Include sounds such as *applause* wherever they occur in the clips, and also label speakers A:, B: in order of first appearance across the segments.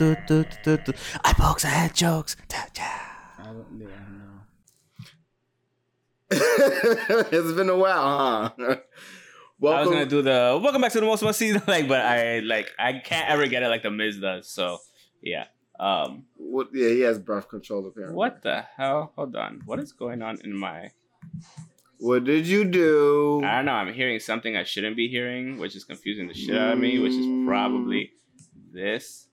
A: I pokes, I had jokes.
B: I don't, yeah, no. *laughs* it's been a while, huh? *laughs*
C: I was
B: Welcome.
C: gonna do the welcome back to the most must see *laughs* like, but I like I can't ever get it like the Miz does. So yeah. Um,
B: what, yeah, he has breath control apparently.
C: what the hell? Hold on. What is going on in my?
B: What did you do?
C: I don't know. I'm hearing something I shouldn't be hearing, which is confusing the shit out of me. Which is probably this.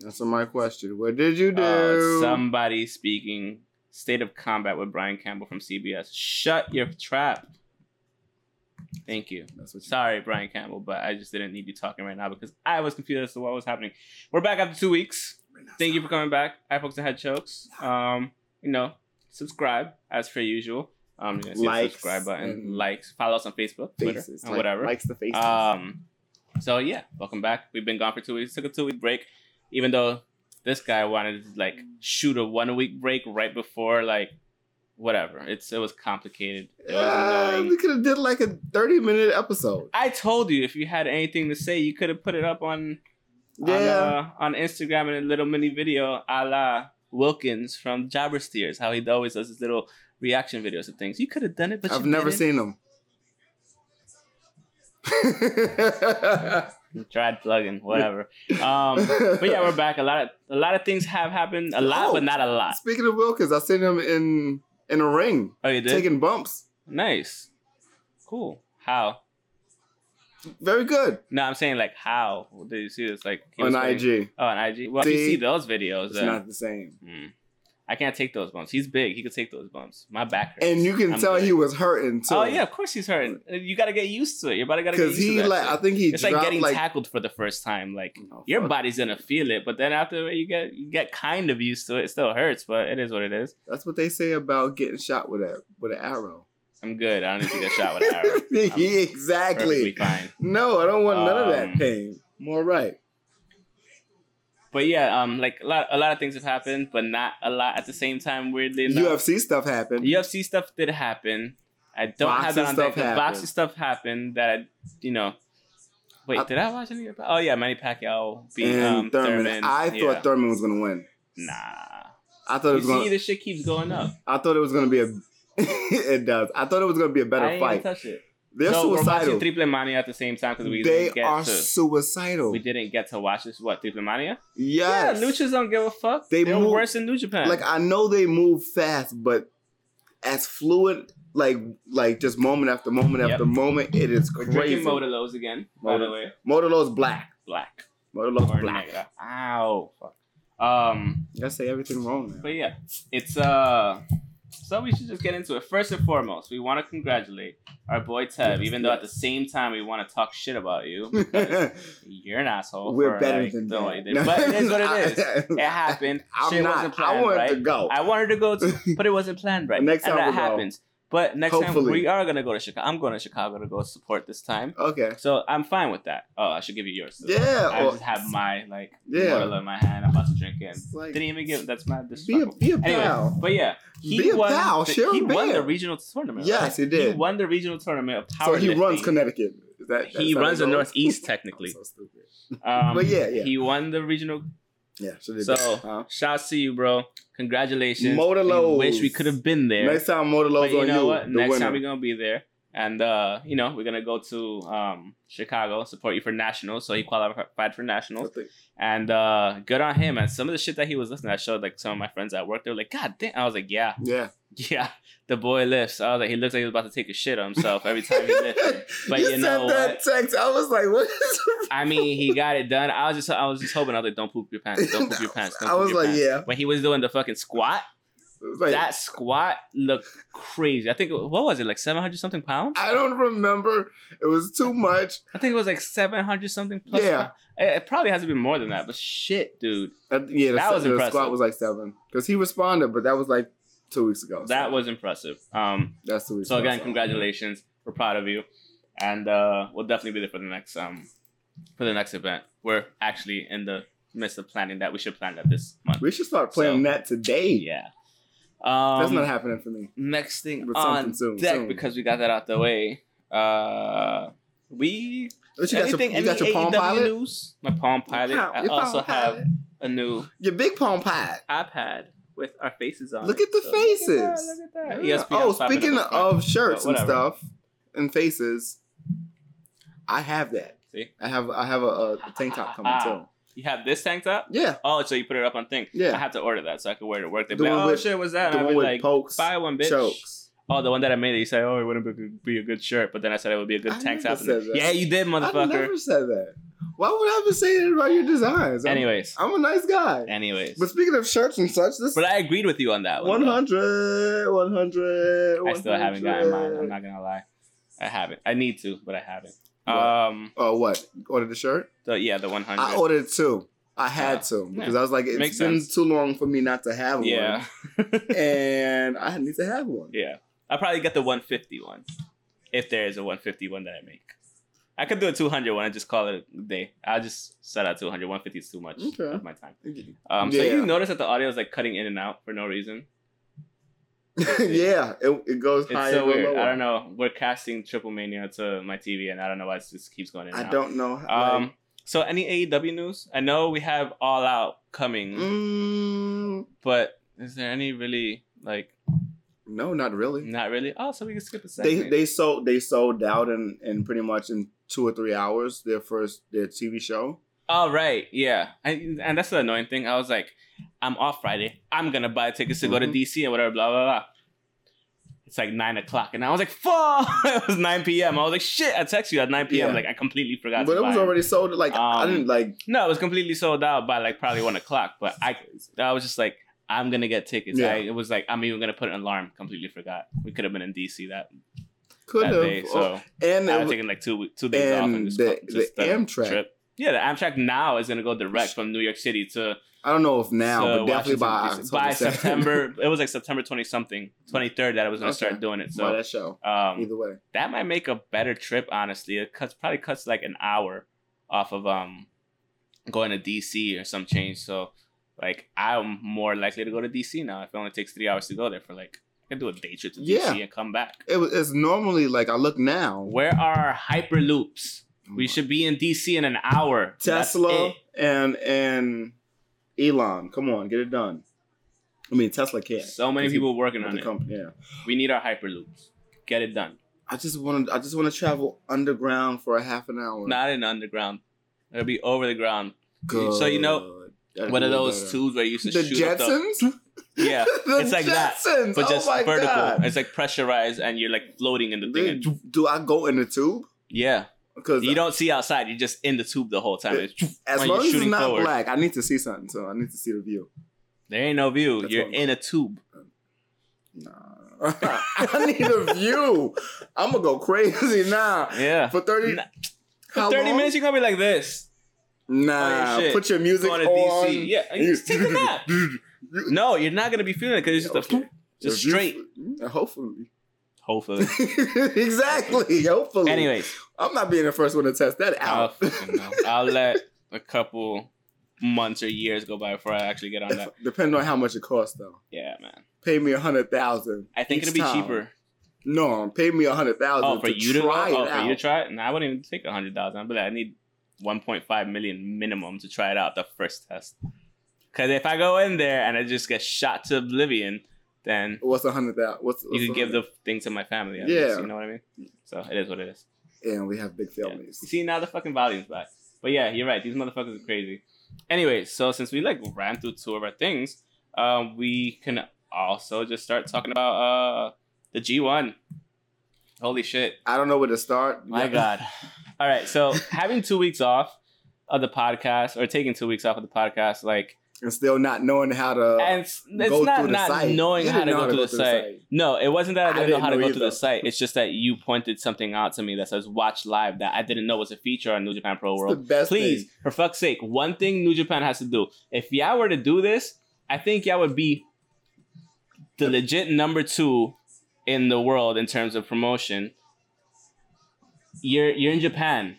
B: That's my question. What did you do?
C: Uh, somebody speaking state of combat with Brian Campbell from CBS. Shut your trap. Thank you.
B: That's what you-
C: Sorry, Brian Campbell, but I just didn't need you talking right now because I was confused as to what was happening. We're back after two weeks. Thank you for coming back. I folks at Head Chokes. Um, you know, subscribe as per usual. Um, you're gonna see the
B: Likes
C: subscribe button,
B: and-
C: likes, follow us on Facebook, Twitter,
B: faces.
C: and
B: like-
C: whatever.
B: Likes the faces.
C: Um, so yeah, welcome back. We've been gone for two weeks. Took a two week break, even though this guy wanted to like shoot a one week break right before like whatever. It's it was complicated. It was
B: Uh,
C: annoying.
B: we could have did like a 30 minute episode.
C: I told you if you had anything to say, you could have put it up on on,
B: Yeah.
C: uh, on Instagram in a little mini video, a la Wilkins from Jabbersteers, how he always does his little reaction videos of things. You could have done it, but
B: I've
C: you
B: never
C: didn't.
B: seen them.
C: Tried plugging, whatever. Um,
B: *laughs*
C: but yeah, we're back. A lot of a lot of things have happened. A lot,
B: Oh.
C: but not a lot.
B: Speaking of Wilkins, I seen him in in a ring
C: Oh, you did.
B: taking bumps.
C: nice, cool. How?
B: Very good
C: No, I'm saying like how did you see this? Like he
B: on
C: was playing-
B: IG.
C: Oh, on IG. Well, if you
B: See,
C: see those videos.
B: It's
C: then-
B: not the same.
C: Mm. I can't take those bumps. He's big. He could take those bumps. My back hurts.
B: And you can
C: I'm
B: tell
C: good.
B: he was hurting too.
C: Oh yeah, of course he's hurting. You got to get used to it. Your body got to get
B: because
C: used to
B: he
C: that.
B: like I
C: shit.
B: think he
C: it's like
B: dropped
C: getting
B: like
C: tackled for the first time. Like
B: Oh, fuck.
C: your body's gonna feel it, but then after you get you get kind of used to it. It still hurts, but it is what it is.
B: That's what they say about getting shot with a with an
C: *laughs*
B: arrow.
C: I'm good. I don't need to get shot with
B: *laughs*
C: an arrow.
B: yeah,
C: Perfectly
B: exactly.
C: fine.
B: No, I don't want none of that
C: Um,
B: pain. I'm all right.
C: But yeah, um, like a lot, a lot of things have happened, but not a lot at the same time. Weirdly enough,
B: UFC stuff happened.
C: UFC stuff did happen. I don't have
B: Boxing
C: that on deck.
B: stuff
C: The boxing
B: happened.
C: stuff happened that I, you know. Wait,
B: I-
C: did I watch any? of that? Oh yeah, Manny Pacquiao beat
B: and
C: um,
B: Thurman.
C: Thurman.
B: I
C: yeah.
B: thought Thurman was gonna win.
C: Nah.
B: I thought it
C: You
B: was
C: see,
B: gonna.
C: this shit keeps going up.
B: I thought it was gonna be a. *laughs* it does. I thought it was gonna be a
C: I
B: better
C: ain't gonna
B: fight.
C: touch it.
B: They're
C: so we're
B: suicidal.
C: watching Triple Mania at the same time because we
B: They
C: didn't get
B: are
C: to.
B: suicidal.
C: we didn't get to watch this. What Triple Mania?
B: Yes.
C: Yeah, Luchas don't give a fuck.
B: They
C: They are
B: move-
C: worse than New *laughs* Japan.
B: Like I know they move fast, but as fluid, like like just moment after moment
C: Yep.
B: after moment, it is crazy.
C: drinking Modelo's again. By the
B: Modelo.
C: way,
B: Motorola's black.
C: black.
B: Motorola's
C: Or
B: black.
C: negra. Ow. Fuck. Um.
B: I say everything wrong now.
C: But yeah, it's uh. So we should just get into it. First and foremost, we want to congratulate our boy Teb, even though at the same time we want to talk shit
B: *laughs*
C: about you. because You're an asshole.
B: We're
C: for,
B: better
C: like,
B: than
C: the way
B: that.
C: you did. But it is what
B: *laughs*
C: it is.
B: I,
C: It happened.
B: *laughs* I'm
C: shit
B: not.
C: wasn't planned
B: I wanted
C: right.
B: to go.
C: I wanted to go, too, but it wasn't planned
B: *laughs*
C: right.
B: Next
C: and
B: time
C: that
B: we'll go.
C: happens. But next
B: Hopefully.
C: time we are gonna go to Chicago. I'm going to Chicago to go support this time.
B: okay.
C: So I'm fine with that. Oh, I should give you yours.
B: Yeah.
C: I
B: or-
C: just have my like
B: Yeah.
C: bottle in my hand. I'm about to drink it.
B: it's like,
C: Didn't even give. That's my. This
B: be a be a
C: Anyway,
B: pal.
C: but yeah, he
B: Be a
C: won.
B: pal,
C: the,
B: share a
C: he won
B: bear.
C: the regional tournament.
B: Yes,
C: right?
B: he did.
C: He won the regional tournament of
B: so
C: powerlifting.
B: he runs Connecticut. Is that- that's
C: He
B: how it
C: runs the
B: goes?
C: Northeast,
B: I'm
C: technically.
B: *laughs* so stupid.
C: Um,
B: But yeah, yeah.
C: he won the regional.
B: Yeah. So, did Uh-huh.
C: So-
B: that, huh?
C: Shouts to you, bro! Congratulations.
B: Modelo's.
C: We wish we could have been there.
B: next time Motorola's
C: but you
B: on
C: know
B: you.
C: what?
B: the
C: Next
B: winner.
C: time we're gonna be there, and uh, you know we're gonna go to um, Chicago support you for nationals. So he qualified for nationals. And uh, good on him. And some of the shit that he was listening, I showed like some of my friends at work. They were like, "God damn!" I was like, "Yeah, *laughs*
B: Yeah.
C: yeah." The boy lifts. I was like, he looks like he was about to take a shit on himself every
B: *laughs*
C: time he lifts. But you know
B: that
C: what?
B: text. I was like, what is
C: I mean, he got it done. I was just, I was just hoping. I was like, "Don't poop your pants.
B: *laughs*
C: Don't poop your pants."
B: *laughs*
C: Don't
B: I
C: poop
B: was
C: your
B: like,
C: pants."
B: yeah.
C: When he was doing the fucking squat,
B: It was like,
C: that squat looked crazy. I think it- what was it like seven hundred something pounds?
B: I don't remember. It was too much.
C: I think it was like seven hundred something plus.
B: Yeah.
C: It, it probably hasn't been more than that. But shit, dude,
B: Uh, yeah, the,
C: That was
B: the
C: impressive.
B: squat was like seven because he responded, but that was like two weeks ago.
C: that was impressive. Um,
B: that's two weeks.
C: so
B: ago,
C: again, congratulations. We're proud of you, and uh, we'll definitely be there for the next um, for the next event. We're actually in the midst of planning that we should plan that this month.
B: We should start playing
C: So-
B: that today.
C: Yeah. Um,
B: That's not happening for me.
C: next thing
B: But something
C: on
B: soon,
C: deck
B: soon.
C: because we got that out the way. Uh, we
B: But you got
C: anything
B: your, you got
C: any
B: your palm
C: AEW
B: pilot?
C: news? My Palm Pilot.
B: Your palm-
C: I
B: your
C: also
B: palm
C: have
B: pilot.
C: a new
B: your big palm pilot.
C: iPad with our faces on.
B: Look
C: it,
B: at the
C: so- E
B: faces.
C: Look at that. Look at that.
B: Yeah.
C: ESPN
B: Oh,
C: slapping
B: speaking
C: up the front.
B: of shirts
C: But
B: and
C: whatever.
B: stuff and faces, I have that.
C: See?
B: I have I have a, a tank top coming
C: Ah.
B: too.
C: you have this tank top.
B: Yeah,
C: Oh, so you put it up on thing.
B: Yeah.
C: I had to order that so I could wear it to work. They'd
B: The
C: be like,
B: one
C: oh
B: with-
C: shit, what's that?
B: the
C: And I'd
B: one
C: be
B: with
C: like,
B: pokes,
C: buy one, bitch.
B: chokes.
C: Oh, the one that I made. You said, oh, it wouldn't be- be a good shirt, but then I said it would be a
B: I
C: good tank
B: never
C: top.
B: said that.
C: Yeah, you did,
B: I
C: motherfucker.
B: never said that. Why would I ever say that about your designs? I'm,
C: Anyways,
B: I'm a nice guy.
C: anyways.
B: But speaking of shirts and such, this
C: But I agreed with you on that one. though.
B: 100, 100,
C: I still haven't gotten mine.
B: 100.
C: I'm not gonna lie. I haven't. I need to, but I haven't.
B: What?
C: Um.
B: Oh, what? Ordered the shirt?
C: The, yeah, the 100.
B: I ordered two. I had
C: Ah, Yeah.
B: to because I was like, it's
C: Makes
B: been
C: sense.
B: too long for me not to have
C: yeah,
B: one, and I need to have one.
C: yeah. I probably get the 150 one, if there is a 150 one that I make. I could do a 200 one and just call it a day. I'll just set out 200. 150 is too much
B: Okay.
C: of my time. Um. So
B: Yeah.
C: you notice that the audio is like cutting in and out for no reason.
B: *laughs* yeah, it, it goes
C: It's
B: higher.
C: so
B: and
C: weird.
B: Lower.
C: I don't know. We're casting Triple Mania to my TV, and I don't know why it just keeps going in. And
B: I
C: out.
B: don't know. like,
C: Um. So any AEW news? I know we have All Out coming, Um,
B: mm,
C: but is there any really like
B: no, not really.
C: not really? Oh, so we can skip
B: They
C: a second.
B: they sold they sold out in, in pretty much in two or three hours their first their TV show.
C: All Oh, right, yeah, and, and that's the annoying thing. I was like, I'm off Friday. I'm gonna buy tickets to go to
B: Mhm.
C: DC and whatever. Blah blah blah. It's like nine o'clock, and I was like, "Fuck!" *laughs* it was nine p.m. I was like, "Shit!" I text you at nine p.m.
B: Yeah.
C: Like I completely forgot.
B: but
C: to
B: it was
C: buy
B: already sold. Like I
C: Um,
B: didn't like.
C: No, it was completely sold out by like probably one o'clock. But I, I was just like, I'm gonna get tickets.
B: Yeah.
C: I it was like, I'm even gonna put an alarm. Completely forgot. We could have been in DC that,
B: Could
C: that
B: have.
C: day. So
B: and
C: I
B: it
C: was
B: was-
C: taking like two two days off
B: and
C: and just,
B: the-
C: just
B: the Amtrak.
C: Yeah, the Amtrak now is gonna go direct from New York City to
B: I don't know if now,
C: to
B: but definitely by
C: Washington, DC. by
B: October 7th.
C: September. it was like September twenty something, twenty third that I was gonna
B: Okay.
C: start doing
B: *laughs* by
C: it. So
B: that show.
C: um,
B: Either way.
C: that might make a better trip honestly it cuts probably cuts like an hour off of um going to dc or some change so like i'm more likely to go to dc now if it only takes three hours to go there for like i can do a day trip to dc
B: Yeah.
C: and come back
B: It was, it's normally like I look now.
C: where are our hyperloops we should be in dc in an hour That's
B: Tesla
C: it.
B: and and Elon. Come on, get it done. I mean Tesla can't.
C: so many
B: 'cause he-
C: people working
B: with
C: on
B: the
C: it
B: company, yeah.
C: we need our hyperloops get it done
B: I just want to. I just want to travel underground for a half an hour.
C: not in underground it'll be over the ground
B: Good.
C: so you know,
B: That'd
C: one
B: be
C: of
B: way
C: those
B: better.
C: tubes where you used to
B: The
C: shoot up the-
B: Jetsons.
C: *laughs* yeah
B: *laughs* the
C: It's like that,
B: Jetsons.
C: but just
B: oh my
C: vertical.
B: God.
C: It's like pressurized, and you're like floating in the thing.
B: Dude,
C: and-
B: do, I go in the tube?
C: yeah,
B: Because
C: you don't see outside. You're just in the tube the whole time. It's-
B: as
C: when
B: long
C: you're
B: as it's
C: shooting
B: not
C: forward.
B: black, I need to see something. So I need to see the view.
C: there ain't no view.
B: That's
C: you're
B: what I'm
C: in a tube.
B: Nah. *laughs*
C: *laughs*
B: I need a view. I'm gonna go crazy now.
C: Yeah.
B: For thirty,
C: Nah.
B: how
C: For Thirty
B: long?
C: minutes, you're gonna be like this.
B: Nah,
C: Oh, yeah, shit.
B: put your music
C: Going to
B: on.
C: DC. Yeah,
B: and
C: you just
B: *laughs*
C: take a nap. No, you're not gonna be feeling it because it's just a
B: Okay.
C: just
B: If you-
C: straight.
B: hopefully, *laughs*
C: Hopefully.
B: exactly. Hopefully.
C: Anyways,
B: I'm not being the first one to test that
C: I don't
B: out. *laughs*
C: Oh, fucking know. I'll let a couple months or years go by before I actually get on that.
B: Depending on how much it costs, though.
C: Yeah, man.
B: Pay me a hundred thousand.
C: I think
B: Each
C: it'll be
B: time.
C: cheaper.
B: No, pay me a hundred thousand.
C: Oh, for you to
B: try
C: go?
B: it
C: oh,
B: out.
C: for you to try it? No, I wouldn't even take a hundred thousand. But I need one point five million minimum to try it out the first test. Because if I go in there and I just get shot to oblivion, then
B: What's a hundred thousand? What's, what's
C: you could give
B: 100,000?
C: the thing to my family. I
B: Yeah.
C: guess, you know what I mean. So it is what it is.
B: And we have big
C: Yeah.
B: families.
C: See now the fucking volume's back. But yeah, you're right. These motherfuckers are crazy. Anyway, so since we like ran through two of our things, um, we can also just start talking about uh the G1. Holy shit.
B: I don't know where to start.
C: My God. All right. So having two weeks off of the podcast or taking two weeks off of the podcast, like,
B: *laughs* and still not knowing how to
C: and it's, it's
B: Uh, go
C: not
B: through the
C: not
B: site.
C: knowing
B: You
C: how to
B: didn't know
C: go through the site. No, it wasn't that I
B: I
C: didn't, know
B: didn't
C: how to
B: know
C: go through
B: either.
C: the site. It's just that you pointed something out to me that says watch live that I didn't know was a feature on New Japan Pro
B: It's the
C: World.
B: best
C: Please,
B: thing.
C: for fuck's sake, one thing New Japan has to do. If y'all were to do this, I think y'all would be the legit number two in the world in terms of promotion. You're you're in Japan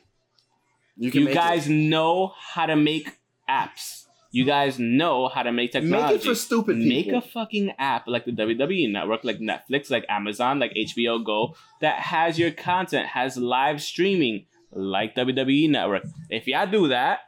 B: You,
C: you
B: make it.
C: guys know how to make apps. You guys know how to make technology.
B: Make it for stupid people.
C: Make a fucking app like the WWE network, like Netflix, like Amazon, like HBO Go that has your content, has live streaming like WWE network. If y'all do that,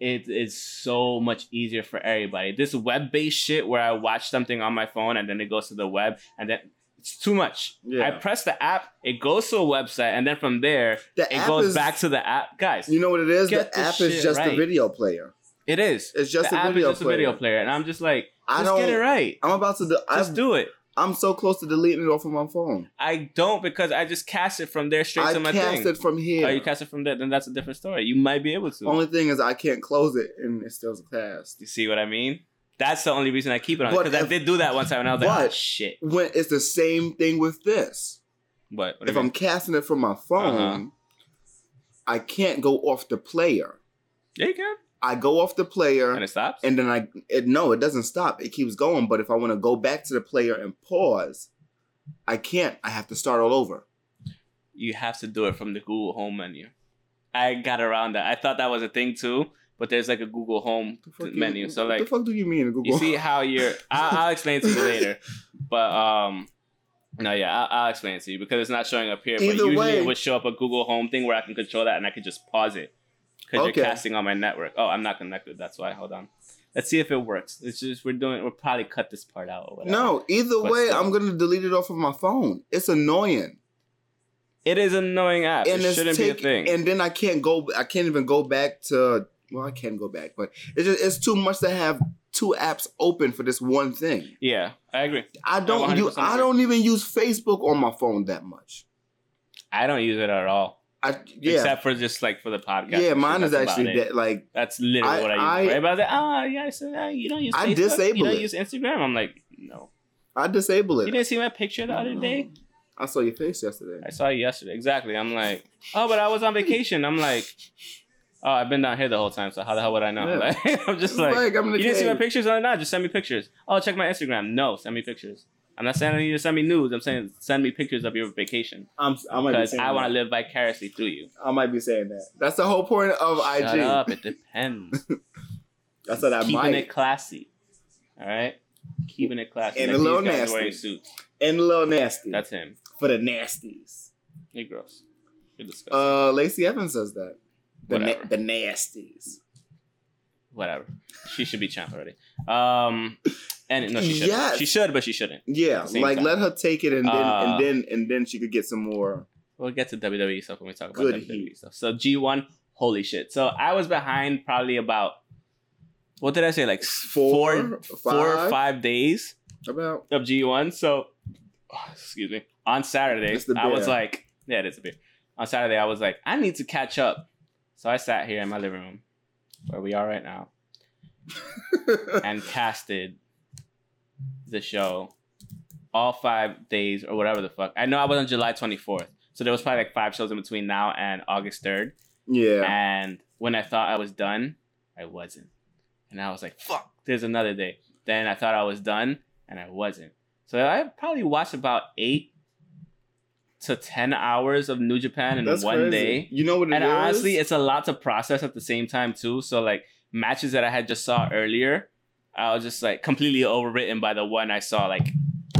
C: it is so much easier for everybody. This web based shit where I watch something on my phone and then it goes to the web and then it's too much.
B: Yeah.
C: I press the app, it goes to a website, and then from there
B: The
C: it
B: app
C: goes
B: is-
C: back to the app. Guys,
B: You know what it is?
C: Get
B: The
C: this
B: app is
C: shit
B: just a
C: right.
B: video player.
C: it is.
B: It's just
C: the
B: a
C: app
B: video
C: is just
B: player.
C: a video player, and I'm just like,
B: I
C: just
B: don't.
C: get it right.
B: I'm about to. Do,
C: Just
B: I've,
C: do it.
B: I'm so close to deleting it off of my phone.
C: I don't because I just cast it from there straight
B: I
C: to my
B: cast
C: thing.
B: it from here.
C: Oh, you cast it from there, then that's a different story. You might be able to.
B: Only thing is I can't close it and it still's cast.
C: you see what I mean? That's the only reason I keep it on
B: But
C: because I
B: if-
C: did do that one time, and I was like,
B: but-
C: oh, shit.
B: When it's the same thing with this.
C: But what do
B: if
C: you
B: I'm
C: mean? Uh-huh.
B: casting it from my phone, I can't go off the player.
C: yeah, you can,
B: I go off the player
C: and it stops.
B: and then I it, no, it doesn't stop. It keeps going. But if I want to go back to the player and pause, I can't. I have to start all over.
C: you have to do it from the Google Home menu. I got around that. I thought that was a thing too, but there's like a Google Home
B: The fuck
C: menu.
B: you-
C: so
B: what
C: like,
B: the fuck do you mean, Google?
C: you see how you're. I'll, I'll explain it to you later, but um. No, yeah, I'll, I'll explain it to you because it's not showing up here. but
B: Either
C: usually
B: way-
C: it would show up a Google Home thing where I can control that and I could just pause it because
B: Okay.
C: you're casting on my network. Oh, I'm not connected. That's why. Hold on. Let's see if it works. It's just we're doing. We'll probably cut this part out. Or whatever.
B: *laughs* no, either
C: But
B: way,
C: still.
B: I'm gonna delete it off of my phone. It's annoying,
C: it is an annoying app.
B: and
C: it
B: it's
C: shouldn't
B: take,
C: be a thing.
B: And then I can't go. I can't even go back to. Well, I can go back, but it's just it's too much to have two apps open for this one thing.
C: yeah, I agree.
B: I don't. You,
C: 100%
B: I don't even use Facebook on my phone that much.
C: I don't use it at all.
B: I yeah.
C: Except for just like for the podcast.
B: yeah, mine is
C: That's about
B: actually
C: it.
B: that, like
C: That's literally
B: I-
C: what I use.
B: I-
C: for. Everybody's like, oh, yeah, so, uh, you don't use
B: I
C: Facebook?
B: disable
C: You don't
B: it.
C: use Instagram? I'm like, no.
B: I disable
C: You
B: it.
C: didn't see my picture the other day?
B: I saw your face yesterday.
C: I saw you yesterday. Exactly. I'm like, oh, but I was on vacation. I'm like, oh, I've been down here the whole time, so how the hell would I know?
B: Yeah.
C: *laughs* Like, I'm just like,
B: I'm in
C: you
B: the
C: didn't see my
B: cave.
C: pictures? Oh, no, just send me pictures. Oh, check my Instagram. No, send me pictures. I'm not saying I need to send me nudes. I'm saying send me pictures of your vacation
B: I'm, I might be
C: because
B: saying
C: I want to
B: that.
C: live vicariously through you.
B: I might be saying that. That's the whole point of
C: Shut
B: IG.
C: up. It depends.
B: I said I
C: keeping
B: might.
C: it classy. All right, keeping it classy.
B: And
C: Like
B: a little
C: these guys
B: nasty.
C: Wearing suits.
B: and a little nasty.
C: That's him.
B: for the nasties.
C: You're gross. You're disgusting.
B: Uh, Lacey Evans says that. The, na-
C: Whatever.
B: the nasties.
C: Whatever. She should be champ already. Um, and no, she should.
B: Yes.
C: not She should, but she shouldn't.
B: Yeah,
C: At the same
B: like
C: time.
B: let her take it, and then
C: Uh,
B: and then and then she could get some more.
C: We'll get to WWE stuff when we talk about
B: Good
C: WWE
B: heat.
C: stuff. So G one, holy shit. So I was behind probably about what did I say? Like s-
B: Four,
C: four, four
B: five?
C: or five days
B: About *laughs*
C: of G one. So *sighs* excuse me. On Saturday,
B: It's the
C: I was
B: beer.
C: like, yeah, it is a beer. On Saturday, I was like, I need to catch up. So I sat here in my living room, where we are right now, and casted the show all five days or whatever the fuck. I know I was on July 24th. So there was probably like five shows in between now and August 3rd.
B: yeah,
C: And when I thought I was done, I wasn't. And I was like, fuck, there's another day. Then I thought I was done and I wasn't. So I probably watched about eight to 10 hours of New Japan in
B: that's crazy.
C: one day.
B: You know what? it
C: And
B: is?
C: honestly, it's a lot to process at the same time, too. So, like, matches that I had just saw earlier, I was just like completely overwritten by the one I saw like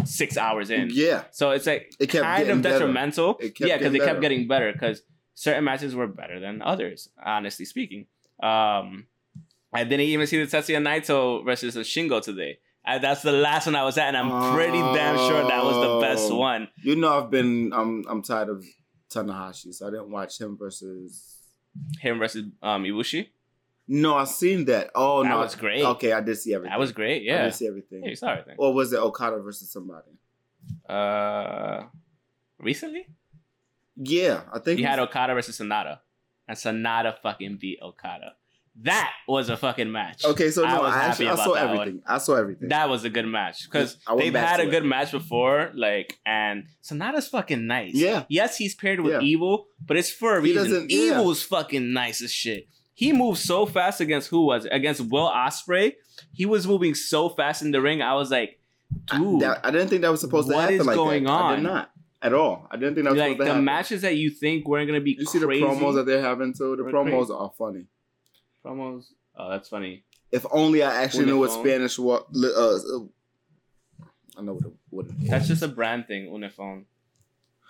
C: six hours in.
B: yeah,
C: So it's like
B: It kept
C: kind
B: getting
C: of
B: better.
C: detrimental.
B: It kept
C: yeah, because
B: getting
C: it
B: better.
C: kept getting better because certain matches were better than others, honestly speaking. Um, I didn't even see the Tetsuya Naito versus the Shingo today. I, that's the last one I was at, and I'm pretty damn sure that was the best
B: Oh.
C: one.
B: you know I've been I'm I'm tired of Tanahashi, so I didn't watch him versus.
C: Him versus um, Ibushi.
B: No, I seen that. Oh
C: that
B: no,
C: was great.
B: okay, I did see everything.
C: That was great.
B: I
C: Yeah.
B: did see everything.
C: Yeah, you saw everything.
B: Or was it Okada versus somebody?
C: Uh, recently,
B: Yeah, I think
C: you
B: it
C: had
B: was-
C: Okada versus Sonata, and Sonata fucking beat Okada. That was a fucking match.
B: Okay, so
C: I
B: no,
C: was
B: I,
C: happy
B: actually, I
C: about
B: saw
C: that one.
B: everything. I saw everything.
C: That was a good match because
B: I went
C: they've
B: back
C: had
B: to
C: a
B: it.
C: good match before, like, and Sonata's fucking nice.
B: Yeah.
C: Yes, he's paired with
B: Yeah.
C: Evil, but it's for a
B: He
C: reason.
B: doesn't- yeah.
C: Evil's fucking nice as shit. He moved so fast against who was it? against Will Osprey. He was moving so fast in the ring. I was like, dude,
B: That- I didn't think that was supposed to
C: what
B: happen
C: is
B: like
C: going
B: that. I did
C: on?
B: not at all. I didn't think that was
C: like
B: supposed to
C: the
B: happen.
C: matches that you think weren't gonna be
B: you see the
C: crazy.
B: promos that they're having too. The
C: We're
B: promos are funny.
C: promos. Oh, that's funny.
B: If only I actually knew what
C: Uniform.
B: Spanish was. Uh, I know what it, what it is.
C: That's just a brand thing, Unifone.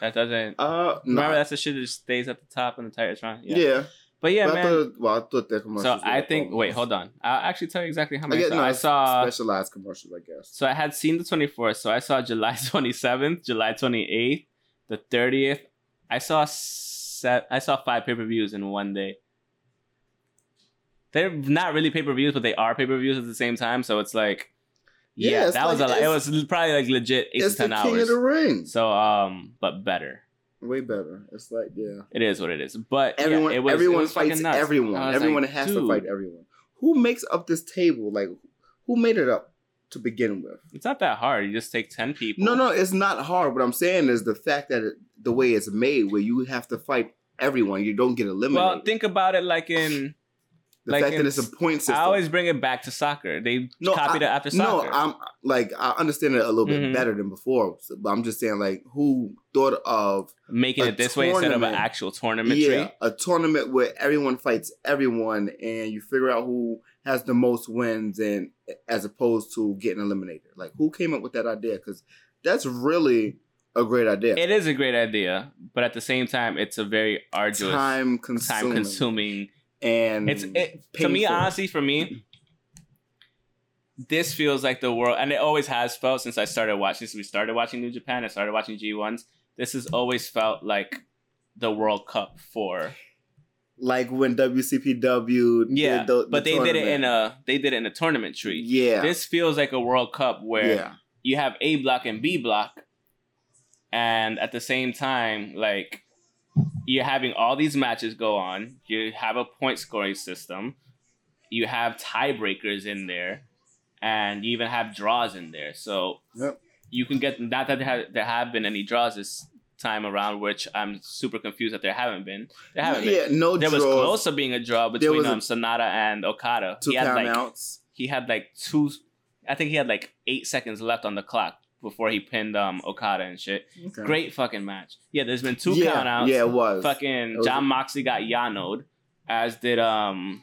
C: That doesn't.
B: Uh, no.
C: Remember, that's the shit that just stays at the top and the tires front.
B: yeah.
C: Yeah. But yeah,
B: But I
C: man.
B: thought, well, I thought their
C: So
B: commercials.
C: I think. Wait, hold on. Uh, I'll actually tell you exactly how
B: I,
C: many.
B: get,
C: so
B: no,
C: I saw.
B: specialized commercials, I guess.
C: So I had seen the 24th. So I saw July *laughs* 27th, July 28th, the 30th. I saw set, I saw five pay per views in one day. They're not really pay per views, but they are pay per views at the same time. So it's like,
B: Yeah,
C: yeah,
B: it's
C: that was a
B: like-
C: lot. It was probably like legit eight
B: It's
C: to
B: the
C: ten
B: King
C: hours.
B: of the Ring.
C: So um, but better.
B: Way better. It's like yeah.
C: It is what it is. But yeah,
B: Everyone,
C: it was, it
B: everyone
C: was fucking
B: fights
C: nuts.
B: everyone.
C: I was
B: Everyone
C: like,
B: has to
C: dude,
B: fight everyone. Who makes up this table? Like, who made it up to begin with?
C: It's not that hard. You just take ten people.
B: No, no, it's not hard. What I'm saying is the fact that it, the way it's made, where you have to fight everyone, you don't get eliminated.
C: Well, think about it like in.
B: the
C: like
B: fact that
C: in-
B: it's a point system.
C: I always bring it back to soccer. They
B: No,
C: copied
B: I-
C: it after
B: no,
C: soccer.
B: I'm like I understand it a little bit
C: Mhm.
B: better than before, so- but I'm just saying like who thought of
C: Making
B: a
C: it this way instead of an
B: tournament.
C: actual tournament
B: yeah, a tournament where everyone fights everyone and you figure out who has the most wins and as opposed to getting eliminated. Like who came up with that idea? Because that's really a great idea.
C: It is a great idea, but at the same time, it's a very arduous, time
B: time consuming.
C: consuming.
B: and
C: It's it, to me,
B: painful.
C: honestly, for me, this feels like the world, and it always has felt since I started watching. Since we started watching New Japan, I started watching G ones. This has always felt like the World Cup for
B: like when WCPW did
C: yeah,
B: the- the
C: but they did it in
B: tournament.
C: a they did it in a tournament tree.
B: yeah
C: This feels like a World Cup where.
B: yeah
C: you have A block and B block, and at the same time, like you're having all these matches go on. You have a point scoring system. You have tiebreakers in there, and you even have draws in there. So
B: Yep.
C: you can get not that there have, there have been any draws this time around, which I'm super confused that there haven't been. There haven't been.
B: yeah no
C: There was
B: draws,
C: close to being a draw between
B: was a-
C: um, Sonata and Okada.
B: two
C: He had, like,
B: countouts
C: he had like two I think he had like eight seconds left on the clock before he pinned um Okada and shit.
B: Okay.
C: Great fucking match. Yeah, there's been two
B: yeah,
C: countouts.
B: yeah it was It
C: Fucking
B: was-
C: John Moxley got Yanoed, as did um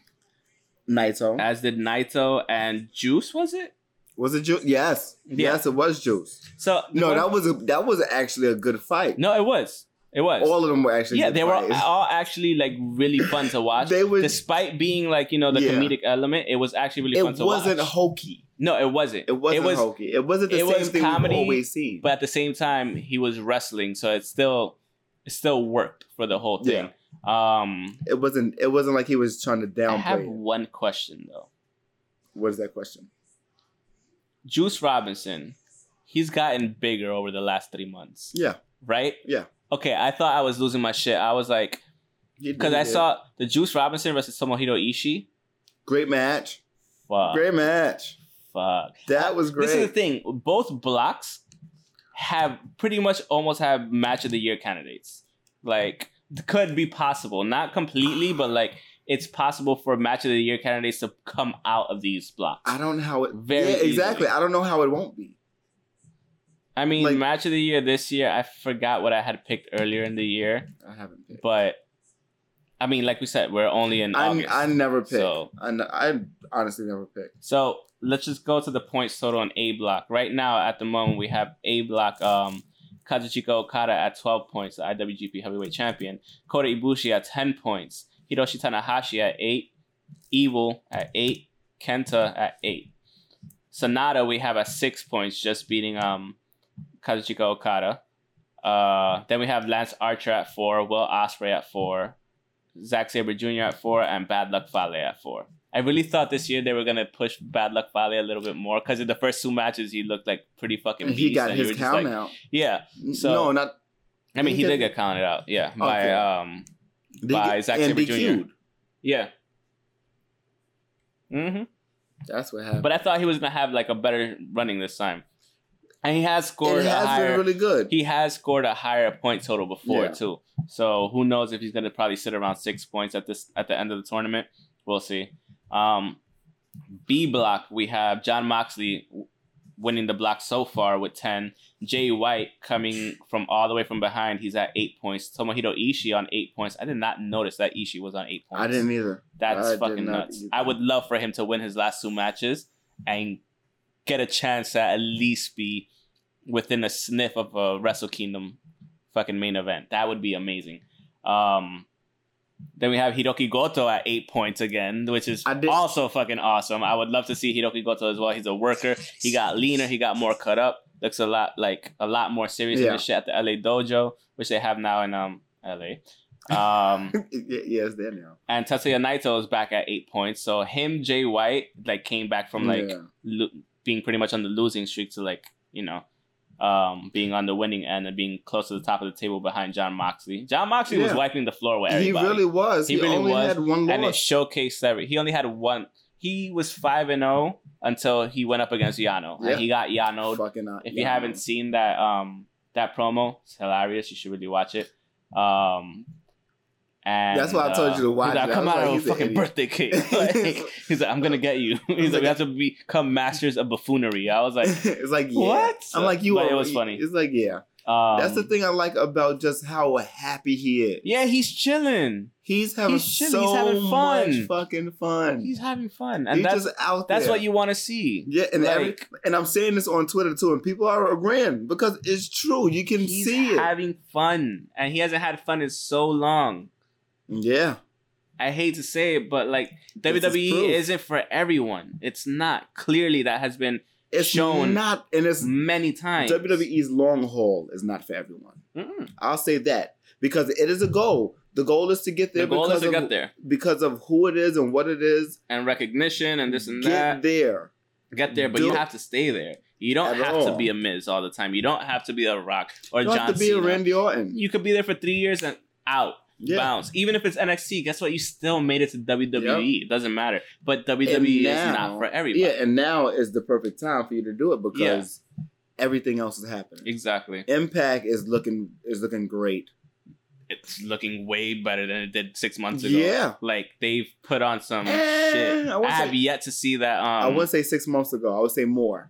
B: Naito
C: as did Naito and Juice, was it?
B: was it juice yes
C: Yeah.
B: yes it was juice
C: So
B: no that was a that was actually a good fight
C: No, it was. It was.
B: all of them were actually
C: yeah,
B: good
C: they were
B: fights.
C: all actually like really fun to watch.
B: they were
C: Despite being like, you know, the
B: Yeah.
C: comedic element, it was actually really fun
B: it
C: to
B: wasn't
C: watch.
B: hokey
C: no, it wasn't.
B: it wasn't
C: it was
B: hokey it wasn't the
C: it
B: same
C: was
B: thing
C: comedy,
B: we've always seen
C: but at the same time he was wrestling so it still it still worked for the whole thing um
B: it wasn't it wasn't like he was trying to
C: i have
B: downplay it.
C: one question though
B: what is that question
C: juice robinson he's gotten bigger over the last three months
B: yeah
C: right
B: Yeah.
C: okay i thought i was losing my shit i was like
B: he
C: because
B: did
C: i
B: it.
C: saw the juice robinson versus tomohiro ishii
B: great match
C: fuck
B: great match
C: fuck
B: that was great
C: this is the thing both blocks have pretty much almost have match of the year candidates like could be possible not completely but like it's possible for match of the year candidates to come out of these blocks
B: I don't know how it.
C: Very
B: yeah, exactly.
C: easily.
B: I don't know how it won't be.
C: i mean
B: like-
C: match of the year this year i forgot what i had picked earlier in the year
B: I haven't picked.
C: but i mean like we said we're only in
B: I,
C: august
B: I never picked.
C: so
B: I, n- I honestly never picked.
C: So let's just go to the points total on A block. Right now, at the moment, we have A block um, Kazuchika Okada at 12 points, the IWGP Heavyweight Champion. Kota Ibushi at 10 points. Hiroshi Tanahashi at 8. Evil at 8. Kenta at 8. Sonata, we have at 6 points, just beating um, Kazuchika Okada. Uh, then we have Lance Archer at 4. Will Osprey at 4. Zack Sabre Jr. at 4. And Bad Luck Fale at 4. I really thought this year they were gonna push Bad Luck Valley a little bit more because in the first two matches he looked like pretty fucking.
B: And
C: Beast,
B: he got
C: and you
B: his
C: were just
B: count
C: like-
B: out.
C: Yeah,
B: N-
C: so-
B: no, not
C: I mean
B: He
C: he,
B: did-
C: did get counted out. Yeah, by
B: Okay.
C: um,
B: they
C: By
B: get-
C: Zack
B: and
C: Sabre
B: they
C: Jr..
B: queued.
C: yeah. hmm
B: That's what happened.
C: But I thought he was gonna have like a better running this time, and he has scored
B: it
C: a
B: has
C: higher.
B: been really good.
C: he has scored a higher point total before
B: Yeah.
C: too. So who knows if he's gonna probably sit around six points at this at the end of the tournament. We'll see. Um, B block we have John Moxley winning the block so far with 10. Jay White coming from all the way from behind. He's at eight points. Tomohiro Ishii on eight points. I did not notice that Ishii was on eight points.
B: I didn't either. *laughs*
C: That's
B: I did
C: fucking
B: not
C: nuts.
B: either.
C: I would love for him to win his last two matches and get a chance to at least be within a sniff of a Wrestle Kingdom fucking main event. That would be amazing. Um, then we have Hiroki Goto at eight points again, which is
B: I did-
C: also fucking awesome. I would love to see Hiroki Goto as well. He's a worker. He got leaner. He got more cut up. Looks a lot like a lot more serious than
B: Yeah.
C: the shit at the LA Dojo, which they have now in um LA. Um,
B: yeah, yeah, it's there now.
C: and Tatsuya Naito is back at eight points. So him, Jay White, like came back from like
B: Yeah.
C: lo- being pretty much on the losing streak to like you know um being on the winning end and being close to the top of the table behind John Moxley. John Moxley was
B: Yeah.
C: wiping the floor with
B: he
C: everybody.
B: really was.
C: He
B: He,
C: really
B: only
C: was,
B: had one
C: and it
B: loss.
C: showcased every. He only had one. He was five and zero until he went up against Yano,
B: Yeah.
C: and he got Yano.
B: Fucking out.
C: If you
B: Yeah.
C: haven't seen that um that promo, it's hilarious. You should really watch it. Um. And,
B: That's why I told you to
C: uh,
B: watch
C: he's like,
B: it. I
C: Come
B: was
C: out
B: like,
C: of a
B: he's an
C: fucking
B: idiot."
C: birthday cake.
B: *laughs*
C: *laughs* Like, he's like, I'm gonna get you. He's like, we have to become masters of buffoonery. I was
B: *laughs*
C: like,
B: it's like yeah.
C: what?
B: I'm like you.
C: But it
B: are-
C: was funny.
B: It's like yeah.
C: um,
B: That's the thing I like about just how happy he is.
C: Yeah, he's chilling.
B: He's having
C: He's chilling.
B: so
C: He's having fun.
B: much fucking fun.
C: He's
B: He's,
C: having fun, and that's
B: just out
C: that's
B: there.
C: what you want to see.
B: Yeah, and every,
C: Like,
B: and I'm saying this on Twitter too, and people are agreeing because it's true. You can
C: he's
B: see it.
C: having fun, and he hasn't had fun in so long.
B: yeah,
C: I hate to say it, but like
B: This is
C: WWE
B: proof.
C: isn't for everyone. It's not. Clearly, that has been
B: it's
C: shown
B: not, and it's
C: many times.
B: WWE's long haul is not for everyone.
C: Mm-mm.
B: I'll say that because it is a goal. The goal is to get there
C: The goal
B: because
C: is to
B: of
C: get there
B: because of who it is and what it is.
C: and recognition and this and
B: get
C: that.
B: there.
C: Get there, but
B: Do
C: you
B: it.
C: have to stay there. You don't
B: At
C: have to
B: all.
C: be a Miz all the time. You don't have to be a Rock or
B: You don't
C: John
B: have to be a
C: Cena.
B: Randy Orton.
C: You could be there for three years and out.
B: Yeah.
C: bounce. Even if it's NXT, guess what? You still made it to WWE. It doesn't matter. But WWE E is not
B: now-
C: for everybody.
B: Yeah, and now is the perfect time for you to do it because everything else is happening.
C: Exactly.
B: Impact is looking is looking great.
C: It's looking way better than it did six months ago.
B: Yeah.
C: Like they've put on some
B: Eh,
C: shit.
B: I
C: I,
B: wouldn't
C: have
B: say-
C: yet to see that um
B: I wouldn't say six months ago. I would say more,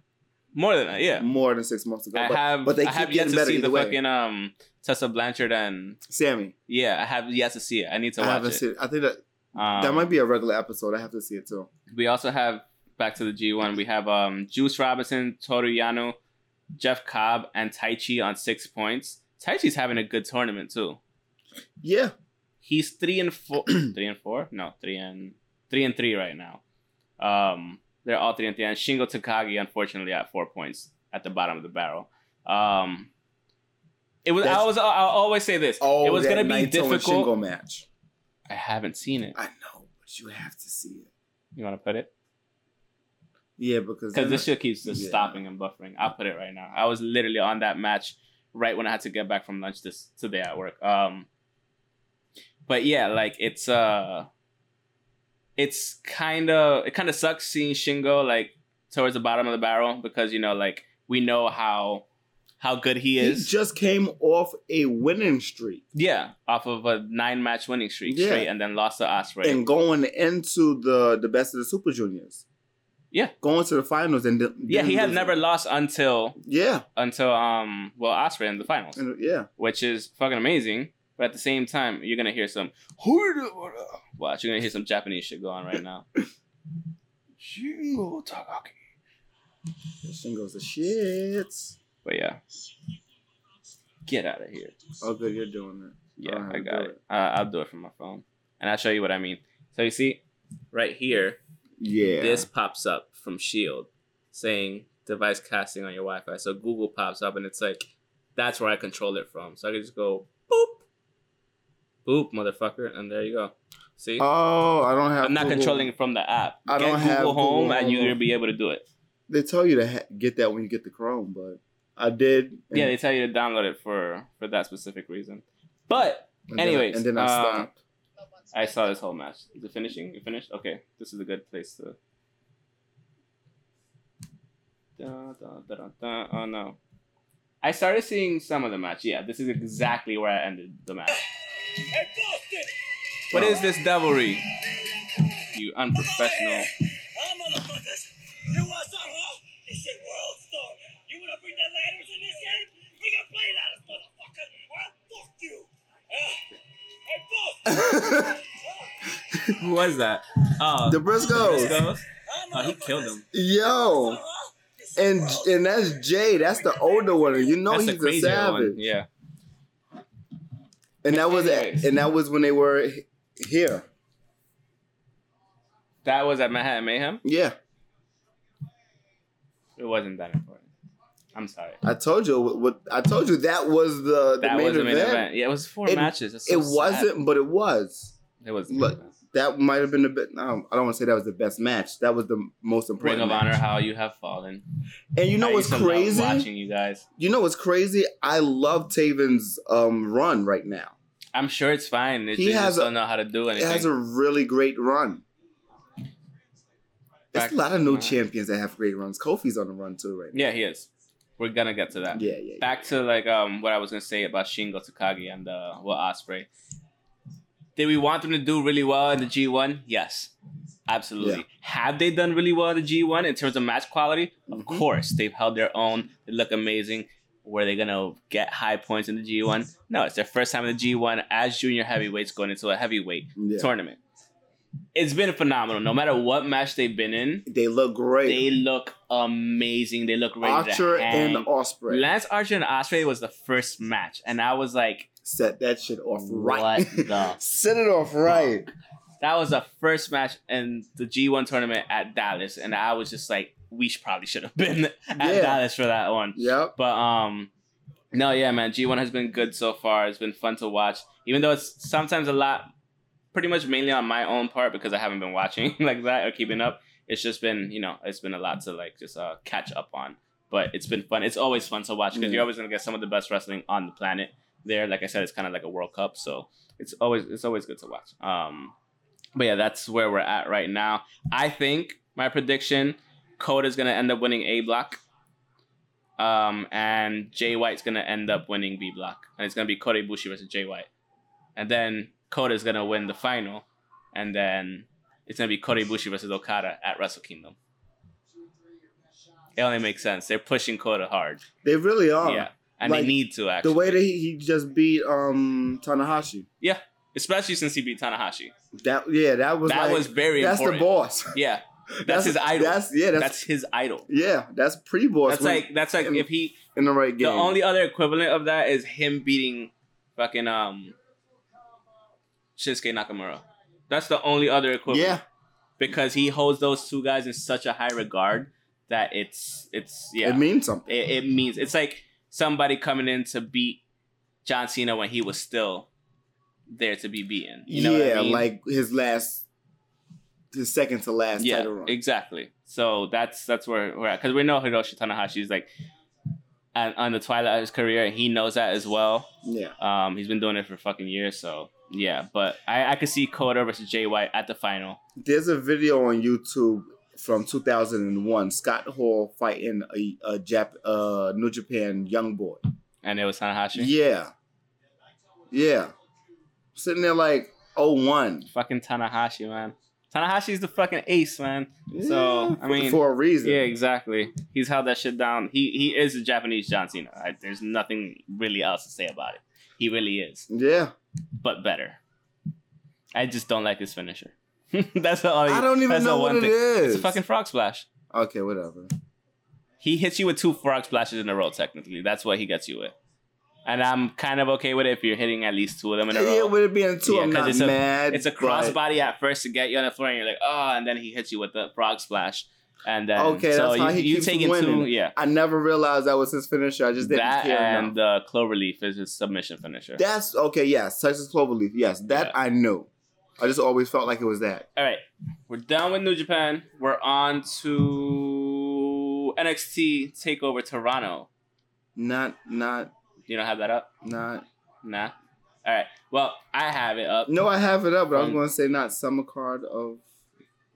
C: more than that, yeah.
B: more than six months ago.
C: I
B: but
C: have
B: they
C: I
B: keep
C: have yet
B: getting
C: to
B: better
C: see the
B: either way.
C: fucking um Tessa Blanchard and
B: Sammy,
C: yeah, I have yet to see it. I need to
B: I
C: watch
B: haven't
C: it.
B: seen. I think that
C: um,
B: that might be a regular episode. I have to see it too.
C: We also have back to the G one. We have um, Juice Robinson, Toru Yano, Jeff Cobb, and Tai Chi on six points. Tai Chi's having a good tournament too.
B: Yeah,
C: He's three and four, *clears throat* three and four. No, three and three and three right now. Um, they're all three and three. And Shingo Takagi, unfortunately, at four points at the bottom of the barrel. Um, it was. I
B: That's-
C: was. I'll always say this.
B: oh,
C: it was
B: that
C: going to be
B: Naito and Shingo
C: difficult.
B: match.
C: I haven't seen it.
B: I know, but you have to see it.
C: You want to put it?
B: Yeah, because
C: because
B: then-
C: this shit keeps just
B: Yeah.
C: stopping and buffering. I'll put it right now. I was literally on that match right when I had to get back from lunch this today at work. Um, but yeah, like it's uh, it's kind of it kind of sucks seeing Shingo like towards the bottom of the barrel because you know like we know how how good he
B: he
C: is.
B: just came off a winning streak.
C: yeah, off of a nine match winning streak
B: Yeah.
C: straight, and then lost to Osprey.
B: and going into the the best of the Super Juniors.
C: Yeah.
B: going to the finals and then,
C: yeah, he had
B: then-
C: never lost until
B: Yeah,
C: until um well Osprey in the finals.
B: and- yeah,
C: which is fucking amazing. But at the same time, you're gonna hear some watch. You're gonna hear some Japanese shit going on right now. Shingo Takagi.
B: Shingo's the shit.
C: But yeah, get out of here.
B: Oh, good, you're doing it.
C: Yeah,
B: Alright,
C: I got
B: do
C: it. Uh, I'll do it from my phone, and I'll show you what I mean. So you see, right here,
B: Yeah,
C: this pops up from Shield E saying device casting on your Wi-Fi. So Google pops up, and it's like that's where I control it from. So I can just go boop, boop, motherfucker, and there you go. See.
B: Oh, I don't have.
C: I'm not
B: Google.
C: controlling it from the app.
B: I
C: Get
B: don't
C: Google
B: have
C: Home,
B: Google
C: and
B: Home.
C: you're gonna be able to do it.
B: They tell you to ha- get that when you get the Chrome, but I did. and-
C: Yeah, they tell you to download it for for that specific reason. But
B: and
C: anyways,
B: then, I- and then I
C: uh,
B: stopped.
C: I saw this whole match. Is it finishing? You finished? Okay, this is a good place to. Da, da, da, da, da. Oh no, I started seeing some of the match. Yeah, this is exactly where I ended the match. What is this devilry? You unprofessional.
D: Hi, motherfuckers. You want some, huh? This shit world star.
C: *laughs* *laughs* Who was that? Oh,
B: The Briscoes.
C: Briscoes. Oh, he killed him.
B: Yo. Oh. And and that's Jay. That's the older one. You know
C: That's the
B: he's a
C: crazy
B: savage.
C: one. Yeah.
B: And that was
C: Anyways.
B: and that was when they were h- here.
C: That was at Manhattan Mayhem.
B: Yeah.
C: It wasn't that important. I'm sorry.
B: I told you what, what I told you that was the, the,
C: that
B: main,
C: was the main event.
B: event.
C: Yeah, it was four
B: It-
C: matches. That's so
B: It
C: sad.
B: wasn't, but it was.
C: It was the
B: Look,
C: main event.
B: That might have been the best. Um, I don't want to say that was the best match. That was the most important.
C: Ring of
B: match.
C: Honor, how you have fallen.
B: And you know
C: I
B: what's
C: used to love
B: crazy?
C: Watching you guys,
B: You know what's crazy? I love Taven's um, run right now.
C: I'm sure it's fine. It,
B: He
C: he
B: has
C: has
B: a-
C: don't know how to do
B: It
C: anything.
B: has a really great run. There's
C: Back-
B: a lot of new
C: uh,
B: champions that have great runs. Kofi's on the run too right now.
C: Yeah, he is. We're gonna get to that.
B: Yeah, yeah. yeah.
C: Back to like um what I was gonna say about Shingo Takagi and uh, Will Osprey. Did we want them to do really well in the G one? Yes, absolutely.
B: Yeah.
C: Have they done really well in the G one in terms of match quality? Of
B: Mhm.
C: course, they've held their own. They look amazing. Were they gonna get high points in the G one? No, it's their first time in the G one as junior heavyweights going into a heavyweight
B: Yeah.
C: tournament. It's been phenomenal. No matter what match they've been in,
B: They look great.
C: they look amazing. They look ready
B: Archer
C: to hang.
B: and Osprey
C: Lance Archer and Osprey was the first match, and I was like,
B: set that shit off right.
C: What
B: *laughs*
C: the
B: set it off right.
C: that was the first match in the G1 tournament at Dallas, and I was just like, we should, probably should have been *laughs* at
B: Yeah.
C: Dallas for that one.
B: Yep.
C: But um, no, yeah, man, G1 has been good so far. It's been fun to watch, even though it's sometimes a lot, pretty much mainly on my own part because I haven't been watching *laughs* like that or keeping up. It's just been, you know, it's been a lot to like just uh, catch up on. But it's been fun. It's always fun to watch because
B: Yeah.
C: you're always gonna get some of the best wrestling on the planet. There, like I said, it's kind of like a World Cup, so it's always it's always good to watch. Um, but yeah, that's where we're at right now. I think my prediction: Coda's gonna end up winning A block, um, and Jay White's gonna end up winning B block, and it's gonna be Kota Ibushi versus Jay White, and then Coda's gonna win the final, and then it's gonna be Kota Ibushi versus Okada at Wrestle Kingdom. It only makes sense. They're pushing Kota hard,
B: They really are.
C: yeah, and
B: Oh, like,
C: they need to actually,
B: The way that he, he just beat um Tanahashi.
C: especially since he beat Tanahashi.
B: That yeah, that was
C: that
B: like,
C: was very
B: that's
C: important.
B: the boss.
C: Yeah, that's, his idol.
B: That's yeah, that's,
C: that's his idol.
B: yeah, that's pre boss.
C: That's like that's like if he
B: in the right game.
C: the only other equivalent of that is him beating fucking um Shinsuke Nakamura. That's the only other equivalent.
B: yeah,
C: Because he holds those two guys in such a high regard that it's it's yeah.
B: it means something.
C: it, it means it's like somebody coming in to beat John Cena when he was still there to be beaten. You know
B: yeah,
C: what I mean?
B: like his last, his second to last title run.
C: exactly. So that's that's where we're at because we know Hiroshi Tanahashi is like on, on the twilight of his career, and he knows that as well.
B: yeah,
C: Um, he's been doing it for fucking years, so yeah. But I, I could see Kota versus Jay White at the final.
B: there's a video on YouTube from 2001. Scott Hall fighting a, a Jap, uh, New Japan young boy.
C: And it was Tanahashi.
B: Yeah, yeah, sitting there like oh one.
C: Fucking Tanahashi, man. Tanahashi's the fucking ace, man. So,
B: for-
C: I mean,
B: for a reason. *laughs*
C: Yeah, exactly. He's held that shit down. He he is a Japanese John Cena. I, there's nothing really else to say about it. He really is,
B: yeah.
C: but better. I just don't like his finisher. *laughs* that's the only.
B: I don't even
C: that's the
B: know what
C: one
B: it
C: thing.
B: is.
C: It's a fucking frog splash.
B: okay, whatever.
C: He hits you with two frog splashes in a row. Technically, that's what he gets you with. And I'm kind of okay with it if you're hitting at least two of them in a row.
B: Yeah, with it being two,
C: Yeah,
B: I'm
C: 'cause
B: not
C: it's a-
B: mad.
C: it's a
B: but-
C: crossbody at first to get you on the floor, and you're like, oh, and then he hits you with the frog splash, and then
B: Okay,
C: so
B: that's how
C: you,
B: he
C: you
B: keeps
C: taking two,
B: winning.
C: yeah.
B: I never realized that was his finisher. I just didn't
C: that
B: care. enough.
C: and uh, Cloverleaf is his submission finisher.
B: That's okay. Yes, Texas Cloverleaf. Yes, that
C: Yeah.
B: I knew. I just always felt like it was that.
C: All right, we're done with New Japan. We're on to NXT Takeover Toronto.
B: Not, not,
C: You don't have that up?
B: not.
C: Nah. All right. Well, I have it up.
B: No, I have it up, but I was
C: Um,
B: going to say not summer card of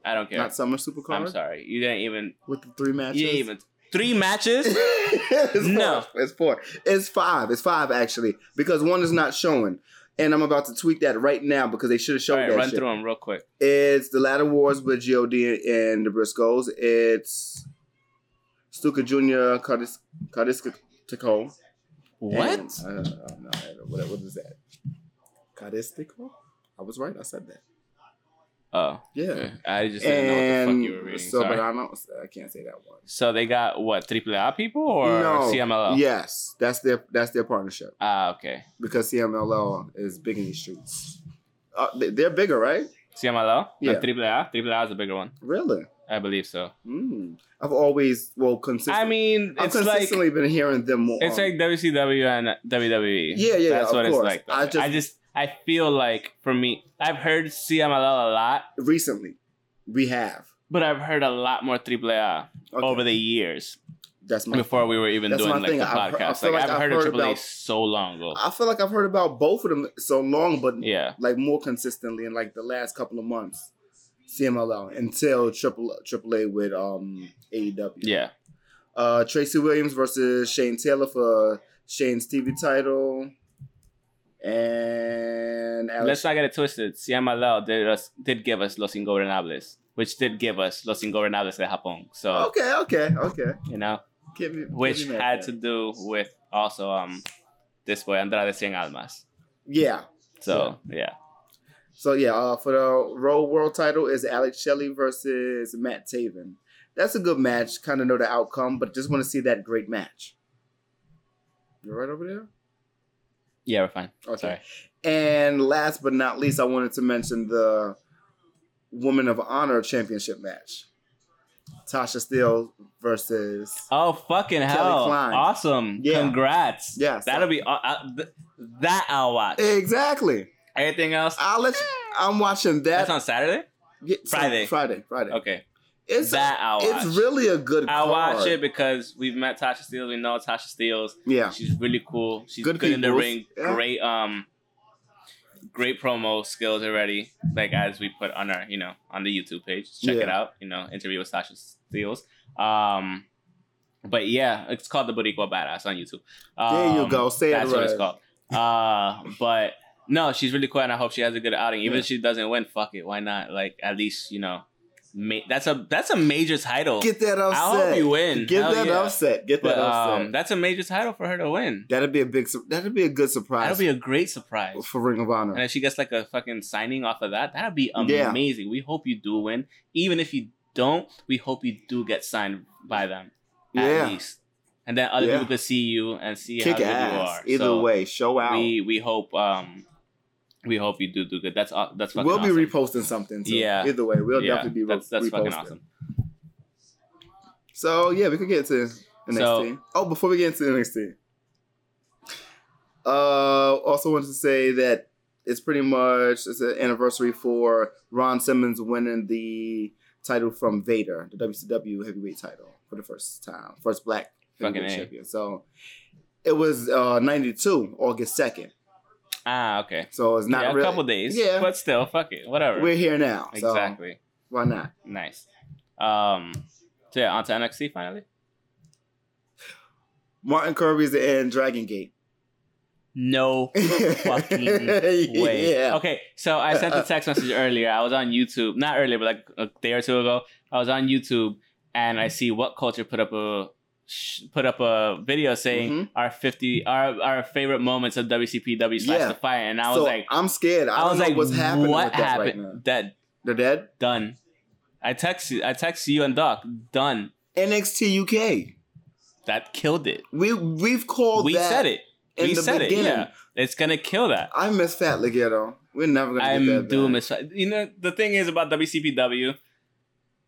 C: I don't care.
B: not summer super card
C: I'm sorry. You didn't even.
B: with the three matches.
C: You didn't even three matches.
B: *laughs* it's
C: No.
B: four. it's four. It's five. It's five actually because one is not showing, and I'm about to tweet that right now because they should have
C: All
B: showed
C: right,
B: that.
C: run
B: shit.
C: through them real quick.
B: It's the Ladder Wars with God and the Briscoes. It's Stuka Junior, Cardis, Cardiska Tico.
C: What?
B: And, uh, no, I don't- what, what is that? Cardistico? I was right. I said that.
C: Oh,
B: Yeah.
C: I just didn't know what the fuck you were
B: And
C: reading.
B: so,
C: Sorry.
B: but I don't. I can't say that one.
C: so they got what triple A people or CMLL?
B: Yes, that's their that's their partnership
C: Ah, okay.
B: because CMLL is big in these streets. Uh, they- they're bigger, right?
C: CMLL?
B: Yeah.
C: No, triple A. Triple A is a bigger one,
B: Really?
C: I believe so.
B: Mm. I've always well consistently.
C: I mean,
B: I've
C: it's like
B: consistently been hearing them more.
C: it's like WCW and WWE.
B: Yeah, yeah,
C: That's
B: of
C: what
B: course.
C: it's like. though.
B: I
C: I
B: just-
C: just, I feel like for me, I've heard CMLL a lot,
B: recently. We have
C: but I've heard a lot more triple A
B: Okay,
C: over the years
B: That's my.
C: before we were even
B: That's my
C: doing like
B: thing.
C: the
B: I've heard- I
C: podcast.
B: feel
C: like,
B: like
C: I've
B: I've
C: heard
B: heard
C: of triple A
B: about-
C: so long ago.
B: I feel like I've heard about both of them so long, but
C: yeah.
B: like more consistently in like the last couple of months. CMLL until Triple AAA with um AEW.
C: Yeah.
B: Uh, Tracy Williams versus Shane Taylor for Shane's TV title. And Alex,
C: Let's not get it twisted. CMLL did us did give us Los Ingobernables, which did give us Los Ingobernables de Japón. So
B: okay, okay, okay.
C: you know,
B: Give me, give
C: which
B: me that.
C: had to do with also um this boy Andrade Cien Almas.
B: yeah.
C: So yeah.
B: So yeah, uh, for the Raw World title is Alex Shelley versus Matt Taven. That's a good match. Kind of know the outcome, but just want to see that great match. You're right over there.
C: Yeah, we're fine.
B: Okay.
C: Sorry.
B: And last but not least, I wanted to mention the Woman of Honor Championship match. Tasha Steele versus
C: Oh fucking hell!
B: Klein.
C: Awesome!
B: Yeah.
C: Congrats!
B: Yes.
C: that'll be aw- uh, th- that I'll watch.
B: exactly.
C: Everything else
B: I'll let you, I'm watching that
C: that's on Saturday.
B: Yeah, so-
C: Friday.
B: Friday, Friday.
C: Okay,
B: It's
C: that I'll watch.
B: it's really a good.
C: I'll
B: card.
C: watch it because we've met Tasha Steele. We know Tasha Steele's.
B: Yeah,
C: She's really cool. She's
B: Good
C: good, in the
B: people.
C: ring.
B: Yeah.
C: Great um, great promo skills already. Like as we put on our you know on the YouTube page. Check it
B: Yeah.
C: out. You know, interview with Tasha Steele's. Um, but yeah, it's called the Boricua Badass on YouTube.
B: there you
C: Um,
B: go. Say
C: That's
B: it right.
C: what it's called. Uh, but no, she's really cool, and I hope she has a good outing. Even
B: Yeah.
C: if she doesn't win, fuck it, why not? Like at least you know, ma- that's a that's a major title.
B: Get that upset.
C: I hope you win.
B: Get
C: Hell
B: that
C: yeah.
B: upset. Get
C: But
B: that upset.
C: um, that's a major title for her to win.
B: that'd be a big. sur- That'd be a good surprise
C: That'll be a great surprise.
B: for Ring of Honor.
C: And if she gets like a fucking signing off of that, that'll be
B: Yeah.
C: amazing. We hope you do win. Even if you don't, we hope you do get signed by them. At
B: Yeah.
C: least. And then other
B: Yeah.
C: people could see you and see how
B: Kick
C: good you
B: ass.
C: are.
B: Either
C: So-
B: way, show out.
C: we we hope um we hope you do do good. That's aw- that's fucking
B: we'll
C: awesome.
B: be reposting something. Too.
C: Yeah.
B: Either way, we'll
C: Yeah,
B: definitely be re-
C: that's that's
B: reposting.
C: fucking awesome.
B: So yeah, we could get to NXT.
C: So-
B: oh, before we get into NXT, uh, also wanted to say that it's pretty much it's an anniversary for Ron Simmons winning the title from Vader, the WCW heavyweight title for the first time, first black
C: Fucking
B: heavyweight
C: A.
B: champion. So it was uh, '92, August second.
C: Ah, okay.
B: So it's not
C: yeah,
B: really
C: a couple days.
B: Yeah.
C: but still, fuck it, whatever.
B: We're here now. So
C: exactly.
B: Why not?
C: Nice. Um. So yeah, on to NXT finally.
B: Martin Kirby's in Dragon Gate.
C: No fucking way.
B: *laughs* Yeah.
C: Okay, so I sent a text message earlier. I was on YouTube, not earlier, but like a day or two ago. I was on YouTube and I see what culture put up a sh- put up a video saying
B: Mhm.
C: our fifty our our favorite moments of WCPW slash
B: Yeah.
C: the fight, and I was
B: so
C: like,
B: I'm scared. I,
C: I,
B: don't
C: was
B: know
C: like,
B: what's happening
C: What
B: with that right
C: happened?
B: now.
C: Dead,
B: They're dead.
C: done. I text you. I text you and Doc. Done.
B: NXT UK.
C: That killed it.
B: We we've called
C: we
B: that
C: said it.
B: in
C: we
B: the
C: said
B: beginning.
C: it. Yeah, it's gonna kill that.
B: I miss Fat Ligero. We're never gonna get
C: I'm
B: that
C: doom
B: back.
C: as fuck. You know the thing is about WCPW.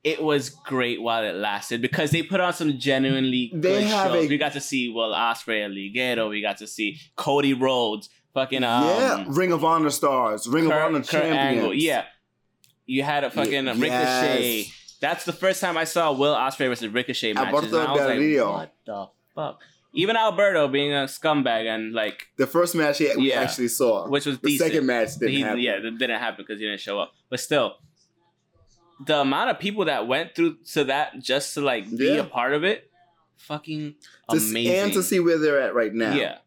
C: It was great while it lasted because they put on some genuinely
B: They
C: good
B: have
C: shows.
B: a-
C: we got to see Will Ospreay, Ligero. We got to see Cody Rhodes. Fucking um,
B: yeah, Ring of Honor stars, Ring
C: Kurt,
B: of Honor
C: Kurt Angle.
B: champions.
C: Yeah. You had a fucking
B: Ye-
C: Ricochet.
B: yes.
C: That's the first time I saw Will Ospreay versus Ricochet matches.
B: Alberto
C: and I was
B: Del Rio.
C: like, what the fuck? Even Alberto being a scumbag and like,
B: The first match he- we
C: Yeah.
B: actually saw.
C: which was
B: the
C: decent.
B: second match didn't
C: He-
B: happen.
C: Yeah, that didn't happen because he didn't show up. But still, the amount of people that went through to that just to like be
B: Yeah.
C: a part of it, fucking
B: To s-
C: amazing.
B: and to see where they're at right now.
C: yeah,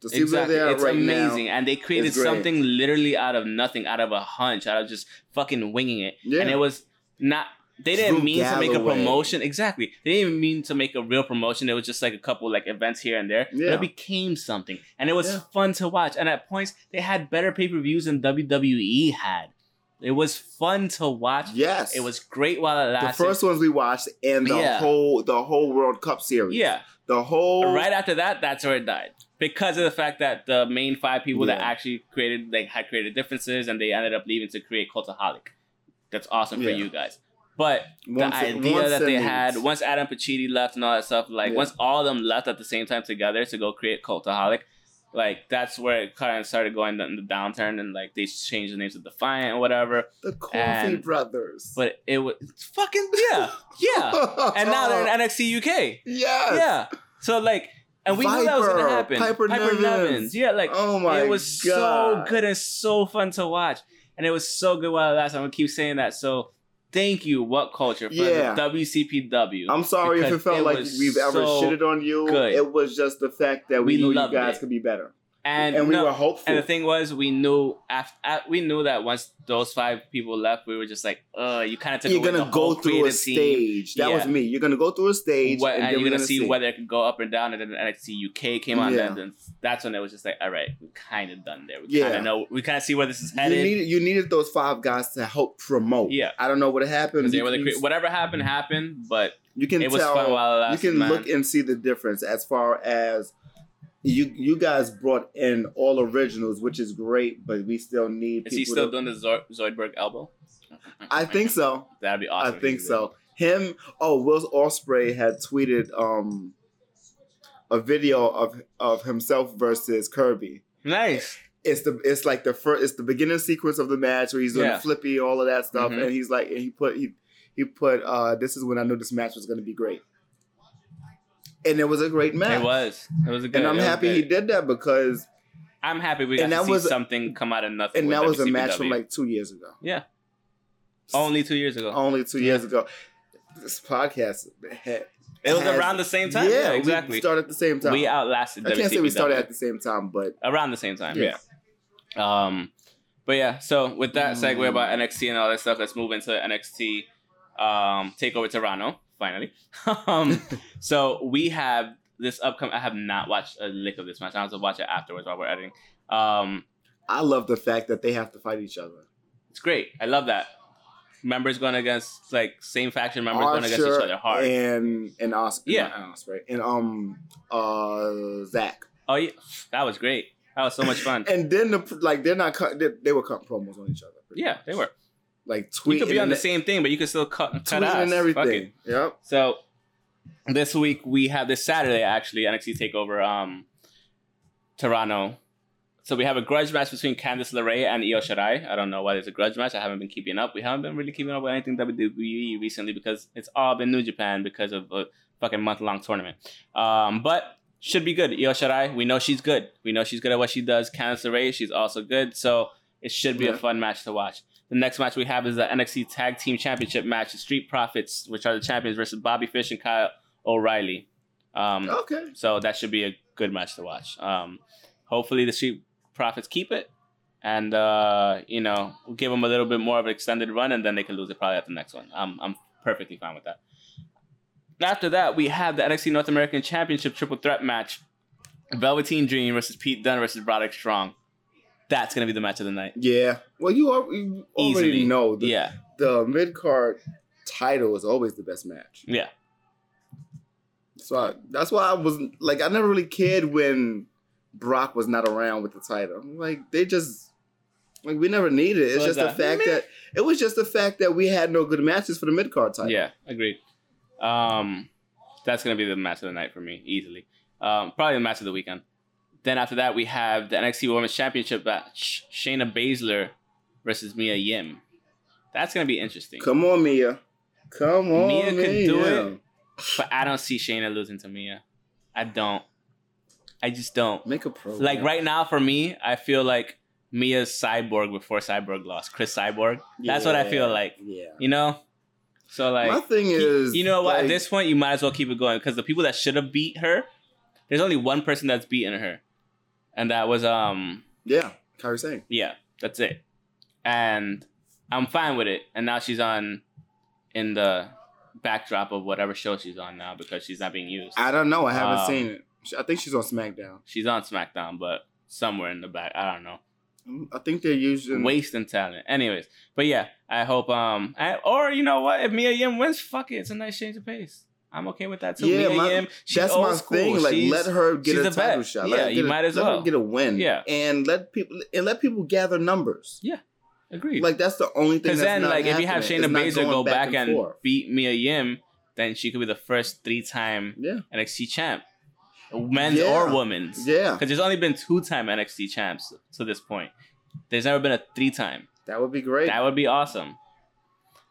B: to see
C: exactly.
B: where they're at
C: It's
B: right
C: amazing,
B: now.
C: and they created
B: great.
C: something literally out of nothing, out of a hunch, out of just fucking winging it
B: Yeah,
C: and it was not they didn't
B: Drew
C: mean to make a
B: Galloway.
C: promotion exactly they didn't even mean to make a real promotion it was just like a couple like events here and there but
B: Yeah.
C: it became something and it was
B: Yeah.
C: fun to watch and at points they E had better pay-per-views than wwe had It was fun to watch.
B: Yes,
C: It was great while it
B: the
C: lasted.
B: first ones we watched, and the
C: Yeah.
B: whole the whole World Cup series.
C: yeah.
B: the whole
C: Right after that, that's where it died because of the fact that the main five people that
B: Yeah.
C: actually created like had created differences and they ended up leaving to create Cultaholic. That's awesome for
B: Yeah.
C: you guys. But the
B: one se-
C: idea
B: one
C: that they
B: sentence.
C: had once Adam Pacitti left and all that stuff, like
B: Yeah.
C: once all of them left at the same time together to go create Cultaholic, like that's where it kind of started going in the downturn and like they changed the names to Defiant and whatever.
B: the Coffee
C: and-
B: Brothers.
C: But it was fucking yeah,
B: *laughs*
C: yeah. And now
B: Uh,
C: they're in NXT UK.
B: yes.
C: Yeah. So like, and we knew that was gonna
B: Viper,
C: happen.
B: Piper Nevins.
C: Yeah, like
B: oh my
C: it was so
B: God.
C: good and so fun to watch, and it was so good while it lasted. I'm gonna keep saying that. So thank you, What Culture, for
B: Yeah.
C: the WCPW.
B: I'm sorry if it
C: because
B: felt
C: it
B: like
C: was
B: we've ever
C: so
B: shitted on you.
C: good.
B: It was just the fact that we,
C: We
B: knew you
C: loved
B: guys
C: it.
B: could be better,
C: and
B: and, we
C: no,
B: were hopeful.
C: And the thing was, we knew after, we knew that once those five people left, we were just like, "Ugh, you kind of took
B: you're
C: away
B: gonna
C: the
B: go
C: whole
B: through a
C: creative team.
B: stage. That was
C: Yeah.
B: me. You're gonna go through a stage,
C: What,
B: and,
C: and,
B: then
C: you're
B: we're
C: gonna, see, whether it could go up and down, and then NXT UK came on,
B: Yeah.
C: and then that's when it was just like, all right, we're kind of done there. We
B: Yeah.
C: kind of know, we kind of see where this is
B: You
C: headed.
B: needed, you needed those five guys to help promote.
C: Yeah.
B: I don't know what
C: 'Cause
B: happened.
C: they
B: You
C: were the
B: can,
C: cre- whatever happened happened, but
B: you can
C: it was
B: tell.
C: fun while
B: you
C: it lasted.
B: can
C: man.
B: look and see the difference as far as you you guys brought in all originals, which is great, but we still need
C: is he
B: people
C: still
B: to-
C: doing the Zoid- Zoidberg elbow?
B: I think so.
C: that'd be awesome.
B: I
C: if
B: think
C: he did.
B: so. Him oh Will Osprey had tweeted um a video of of himself versus Kirby.
C: Nice.
B: It's the it's like the first it's the beginning sequence of the match where he's doing
C: Yeah.
B: flippy, all of that stuff,
C: Mhm.
B: and he's like and he put he he put uh this is when I knew this match was gonna be great. And it was a great match.
C: It was. It was a good.
B: and I'm
C: it was
B: happy
C: good.
B: he did that because
C: I'm happy we got
B: and
C: to
B: that
C: see
B: was-
C: something come out of nothing.
B: and
C: with
B: that was a match
C: WCPW.
B: from like two years ago.
C: Yeah. only two years ago.
B: Only two years ago. This podcast had,
C: it was
B: has-
C: around the same time. Yeah,
B: We
C: exactly.
B: started at the same time.
C: We outlasted.
B: I can't say we
C: WCPW.
B: started at the same time, but
C: around the same time.
B: Yeah.
C: Yeah. Um, but yeah, so with that segue
B: Mm.
C: about NXT and all that stuff, let's move into NXT um, Takeover Toronto finally. *laughs*
B: *laughs*
C: um, so we have this upcoming. I have not watched a lick of this match. I have to watch it afterwards while we're editing. Um,
B: I love the fact that they have to fight each other.
C: it's great. I love that. Members going against like same faction members going against
B: Archer
C: each other hard.
B: and and Oscar.
C: Yeah.
B: Oscar, and um uh Zach.
C: oh yeah, that was great. That was so much
B: *laughs*
C: fun.
B: And then the like they're not cut. They, they were cutting promos on each other.
C: yeah, they were.
B: like
C: We
B: tweeting.
C: could be on
B: and-
C: the same thing, but you could still cut, cut
B: tweeting
C: ass.
B: and
C: Fuck it.
B: everything. Yep.
C: So this week we have this Saturday actually NXT Takeover um Toronto. So we have a grudge match between Candice LeRae and Io Shirai. I don't know why there's a grudge match. I haven't been keeping up. We haven't been really keeping up with anything WWE recently because it's all been New Japan because of a fucking month long tournament. Um, but should be good. Io Shirai, we know she's good. We know she's good at what she does. Candice LeRae, she's also good. So it should be a
B: Yeah.
C: fun match to watch. The next match we have is the NXT Tag Team Championship match, the Street Profits, which are the champions versus Bobby Fish and Kyle O'Reilly. Um,
B: Okay.
C: So that should be a good match to watch. Um, hopefully the Street Profits keep it, and uh, you know we'll give them a little bit more of an extended run, and then they can lose it probably at the next one. I'm I'm perfectly fine with that. After that, we have the NXT North American Championship triple threat match: Velveteen Dream versus Pete Dunne versus Broderick Strong. That's gonna be the match of the night.
B: Yeah. Well, you, al- you already
C: Easily.
B: know the,
C: Yeah.
B: the mid card title is always the best match.
C: Yeah.
B: So I, that's why I was like, I never really cared when Brock was not around with the title. Like they just like we never needed it. It's
C: So
B: just
C: is
B: the
C: that-
B: fact
C: Meh.
B: that it was just the fact that we had no good matches for the mid card title.
C: Yeah, agreed. Um, that's gonna be the match of the night for me easily. Um, probably the match of the weekend. Then after that, we have the NXT Women's Championship match: Shayna Baszler versus Mia Yim. That's gonna be interesting.
B: Come on, Mia. Come on,
C: Mia
B: Mia.
C: can do it. But I don't see Shayna losing to Mia. I don't. I just don't.
B: Make a pro.
C: Like right now, for me, I feel like Mia's Cyborg before Cyborg lost. Chris Cyborg. that's what I feel like.
B: Yeah.
C: You know. So like.
B: My thing is,
C: you know what?
B: like,
C: At this point, you might as well keep it going because the people that should have beat her, there's only one person that's beaten her, and that was um
B: Yeah, Kyrie saying.
C: yeah, that's it. And I'm fine with it. And now she's on in the backdrop of whatever show she's on now because she's not being used.
B: I don't know. I haven't
C: Um,
B: seen it. She- I think she's on SmackDown.
C: She's on SmackDown, but somewhere in the back, I don't know.
B: I think they're using.
C: wasting talent. Anyways, but yeah, I hope um, I, or you know what, if Mia Yim wins, fuck it, it's a nice change of pace. I'm okay with that too.
B: Yeah,
C: Mia
B: my-
C: Yim, she's
B: That's
C: old
B: my
C: school.
B: thing. Like,
C: she's,
B: let her get
C: she's
B: a
C: the
B: title
C: best.
B: shot.
C: Yeah,
B: let her get
C: you
B: a-
C: might as
B: let her
C: well.
B: get a win.
C: Yeah.
B: and let people and let people gather numbers.
C: agreed.
B: Like that's the only thing.
C: Because
B: That's
C: then,
B: not
C: like, if you have
B: happening.
C: Shayna
B: It's not going
C: Baszler go back, and,
B: forth.
C: beat Mia Yim, then she could be the first three-time
B: yeah,
C: NXT champ, men's
B: Yeah.
C: or women's.
B: yeah,
C: Because there's only been two-time NXT champs to this point. There's never been a three-time.
B: that would be great.
C: That would be awesome.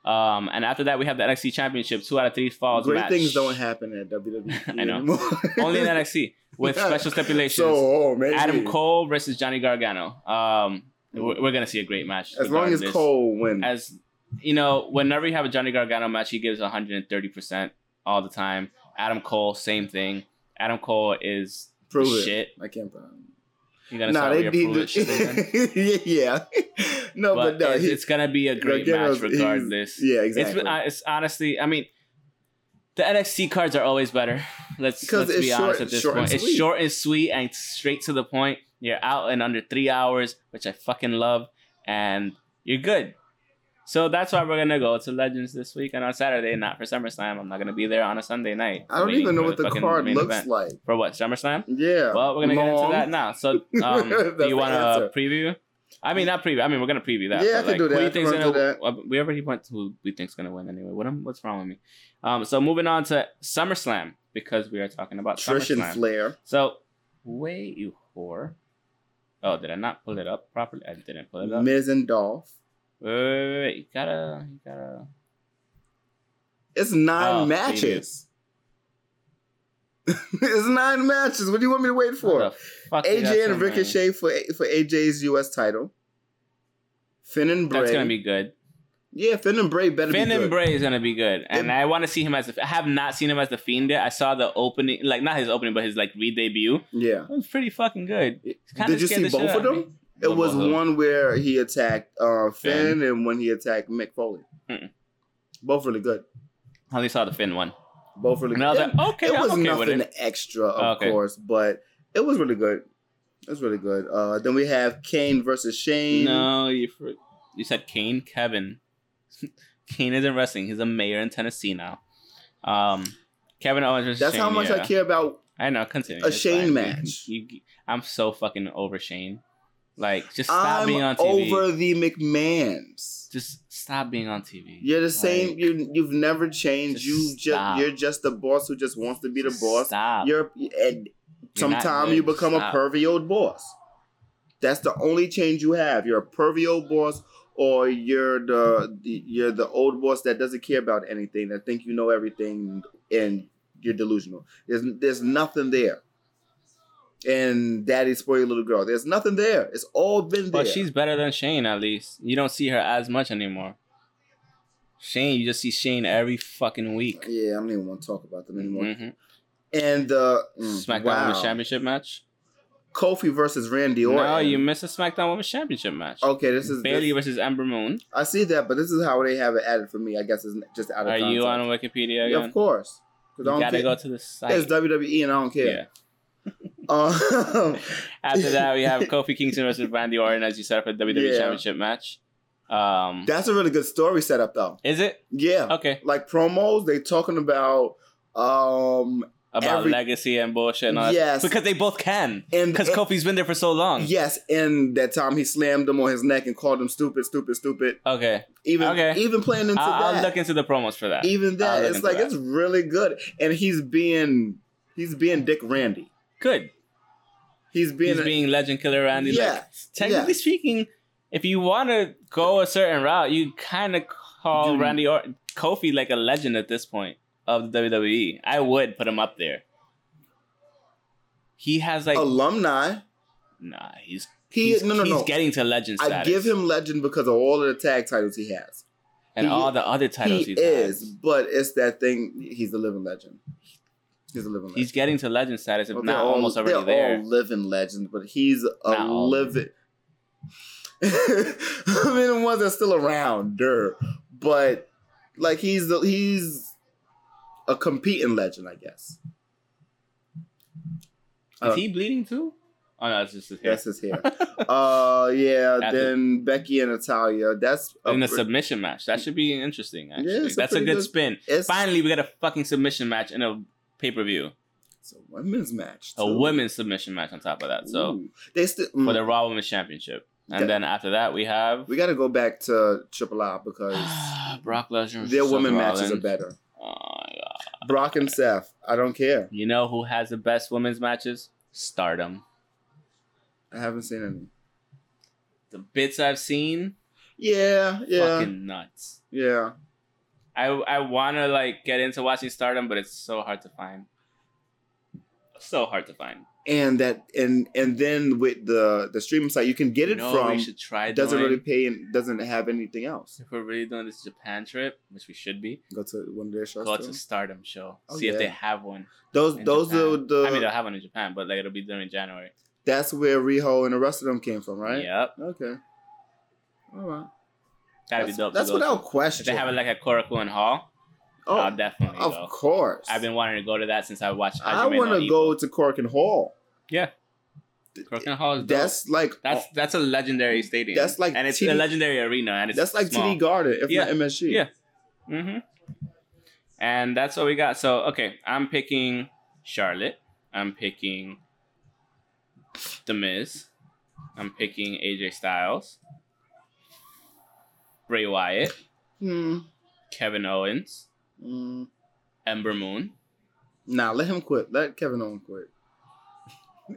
C: Um, and after that, we have the NXT Championship, two out of three falls
B: great
C: match.
B: things don't happen at WWE.
C: *laughs* I know.
B: anymore.
C: Only
B: *laughs*
C: in NXT with special stipulations.
B: So oh, maybe.
C: Adam Cole versus Johnny Gargano. Um, we're, we're gonna see a great match.
B: As long as
C: regardless.
B: Cole wins.
C: as you know, whenever you have a Johnny Gargano match, he gives 130% all the time. Adam Cole, same thing. Adam Cole is
B: prove it.
C: shit.
B: I can't prove
C: You're
B: it.
C: gonna
B: Nah,
C: start
B: they
C: with your prove it shit again.
B: did. yeah. *laughs* No, but,
C: But
B: no.
C: it's,
B: he-
C: it's gonna be a great
B: Gargano's-
C: match
B: he's-
C: regardless.
B: Yeah,
C: It's
B: exactly.
C: been- uh, it's honestly, I mean, the NXT cards are always better. Let's
B: Because
C: let's
B: it's
C: be
B: short-
C: honest at this
B: short and
C: point. It's
B: sweet.
C: short and sweet and straight to the point. You're out in under three hours, which I fucking love, and you're good. So that's why we're gonna go to Legends this week and on Saturday, not for SummerSlam. I'm not gonna be there on a Sunday night.
B: I don't
C: waiting
B: even know
C: for
B: what the
C: fucking
B: card
C: main
B: looks
C: event.
B: like.
C: for. What SummerSlam?
B: Yeah.
C: Well, we're gonna get
B: Long.
C: into that now. So, um,
B: *laughs* That's
C: do you
B: the
C: want
B: answer.
C: to preview? I mean, not preview. I mean, we're gonna preview that.
B: Yeah, I
C: but,
B: can do that.
C: Who
B: I
C: you
B: can
C: think's
B: run
C: gonna?
B: through
C: uh, We already went to who we think's gonna win anyway. What am, what's wrong with me? Um, so moving on to SummerSlam because we are talking about
B: Trish and
C: SummerSlam.
B: Flair.
C: so, wait, you whore. Oh, did I not pull it up properly? I didn't pull it up.
B: Miz and Dolph.
C: Wait, wait, wait, wait. You gotta, you gotta.
B: It's nine
C: Oh,
B: matches. *laughs* it's nine matches. What do you want me to wait for?
C: What the fuck did I
B: AJ
C: do,
B: and
C: man?
B: Ricochet for for AJ's US title. Finn and Bray.
C: That's gonna be good.
B: yeah, Finn and Bray better
C: Finn
B: be good.
C: and Bray is gonna be good, and
B: And-
C: I want to see him as. A, I have not seen him as the Fiend yet. I saw the opening, like not his opening, but his like re-debut. It
B: Yeah.
C: was pretty fucking good. Kinda
B: Did you
C: scared
B: see
C: the shit
B: both
C: out
B: of them?
C: me.
B: It
C: Well,
B: was
C: both of them.
B: one where he attacked uh,
C: Finn.
B: Finn and when he attacked Mick Foley.
C: Mm-mm.
B: Both really good.
C: I only saw the Finn one,
B: Both really
C: and
B: good.
C: I was like, okay,
B: it
C: I'm
B: was
C: okay with
B: nothing
C: it.
B: extra, of
C: Okay.
B: course, but it was really good. It was really good. Uh, then we have Kane versus Shane.
C: No, you fr- you said Kane, Kevin. *laughs* Kane isn't wrestling. He's a mayor in Tennessee now. Um, Kevin Owens. versus
B: That's how
C: Shane,
B: much
C: yeah.
B: I care about.
C: I know. Continue.
B: A
C: it's
B: Shane
C: fine.
B: match.
C: You- you- I'm so fucking over Shane. Like, just stop
B: I'm
C: being on TV.
B: over the McMahons.
C: just stop being on TV.
B: You're the
C: Like,
B: same. you you've never changed.
C: just
B: you
C: stop.
B: just you're just the boss who just wants to be the
C: just
B: boss.
C: Stop.
B: You're and
C: You're not
B: sometime
C: good.
B: you become
C: Stop.
B: a pervy old boss. That's the only change you have. You're a pervy old boss, or you're the, the you're the old boss that doesn't care about anything. That think you know everything, and you're delusional. There's there's nothing there. And daddy's spoiled little girl. There's nothing there. It's all been there.
C: But she's better than Shane, at least. You don't see her as much anymore. Shane, you just see Shane every fucking week.
B: yeah. I don't even want to talk about them anymore. Mm,
C: hmm
B: And the
C: SmackDown Women's Championship match.
B: Kofi versus Randy Orton.
C: No, you missed a SmackDown Women's Championship match.
B: Okay, Oh, this is
C: Bailey
B: this-
C: versus Ember Moon.
B: I see that, but this is how they have it added for me. I guess it's just out of.
C: Are you
B: context.
C: on Wikipedia
B: Yeah,
C: again?
B: of course. 'Cause
C: You
B: I don't
C: gotta
B: care.
C: go to the site.
B: it's WWE, E and I don't
C: yeah.
B: care. Um, *laughs*
C: After that, we have Kofi Kingston versus Randy Orton, as you said, for the WWE
B: Yeah.
C: Championship match. Um,
B: that's a really good story setup, though.
C: is it
B: Yeah,
C: okay
B: like promos, they talking about um
C: about
B: Every-
C: legacy and bullshit? And all that.
B: Yes.
C: because they both can.
B: and
C: Because
B: and-
C: Kofi's been there for so long.
B: Yes, and that time he slammed him on his neck and called him stupid, stupid, stupid.
C: Okay.
B: Even
C: Okay.
B: even playing into
C: I'll,
B: that.
C: I'll look into the promos for that.
B: even
C: I'll
B: that,
C: look
B: it's
C: into
B: like
C: that.
B: it's really good. And he's being he's being Dick Randy.
C: Good.
B: He's being
C: He's
B: a-
C: being legend killer Randy. Like,
B: yeah.
C: technically
B: yeah.
C: speaking, if you want to go a certain route, you kind of call
B: Dude.
C: Randy or Kofi like a legend at this point of the WWE. I would put him up there. He has like
B: alumni.
C: nah. He's
B: He
C: he's,
B: no no
C: he's
B: no.
C: getting to legend status.
B: I give him legend because of all of the tag titles he has.
C: and
B: he-
C: all the other titles
B: he
C: he's
B: is,
C: had.
B: but it's that thing. He's a living legend. He's a living legend.
C: He's getting to legend status, if
B: Well,
C: not almost
B: all,
C: already
B: they're
C: there.
B: all living legends, but he's a
C: Not all.
B: living. *laughs* I mean, the ones that's still around, der, but like he's the, he's a competing legend, I guess.
C: is he bleeding too? Uh, Oh no, it's just his hair.
B: That's his
C: *laughs*
B: hair. uh, yeah.
C: That's
B: then Becky and Natalia. That's a
C: In the
B: pre-
C: submission match, that should be interesting. Actually,
B: it's a
C: that's a
B: pretty
C: good,
B: good-
C: spin.
B: it's,
C: Finally, we got a fucking submission match in a pay per view,
B: it's a women's match.
C: a
B: too.
C: women's submission match on top of that. So
B: Ooh. they still.
C: for the Raw Women's Championship, and
B: That-
C: then after that we have
B: we got to go back to Triple R
C: *sighs*
B: because
C: Brock Lesnar.
B: their
C: versus
B: women
C: Seth
B: matches are
C: Rollins.
B: better.
C: Oh, my God.
B: Brock and Seth. I don't care.
C: You know who has the best women's matches? Stardom.
B: I haven't seen any.
C: The bits I've seen,
B: Yeah, yeah,
C: fucking nuts.
B: yeah.
C: I I want to like get into watching Stardom, but it's so hard to find. So hard to find.
B: And that and and then with the the streaming site, you can get
C: You
B: it
C: know what
B: from.
C: We should try.
B: It doesn't
C: doing?
B: really pay and doesn't have anything else.
C: If we're really doing this Japan trip, which we should be,
B: Go to one of their shows.
C: go
B: too.
C: to Stardom show.
B: Oh,
C: see if
B: yeah.
C: they have one.
B: Those
C: in
B: those
C: Japan.
B: are the
C: I mean, they'll have one in Japan, but like it'll be during January.
B: that's where Riho and the rest of them came from, right?
C: Yep.
B: Okay. All right.
C: That'd
B: that's
C: be dope. to
B: that's
C: go
B: without
C: to. If
B: question.
C: they have it like at Korakuen Hall,
B: oh,
C: I'll definitely
B: of
C: go.
B: course.
C: I've been wanting to go to that since I watched.
B: I
C: want to
B: go to Cork and Hall.
C: Korakuen Hall is dope.
B: That's like
C: That's that's a legendary stadium.
B: That's like
C: and it's
B: TD
C: a legendary arena, and it's
B: that's like
C: small.
B: TD Garden, if
C: Yeah,
B: not MSG.
C: yeah. Mm-hmm. And that's what we got. So okay, I'm picking Charlotte. I'm picking The Miz. I'm picking AJ Styles, Bray Wyatt,
B: Hmm.
C: Kevin Owens,
B: Mm.
C: Ember Moon.
B: Nah, let him quit. Let Kevin Owen
C: *laughs*
B: quit.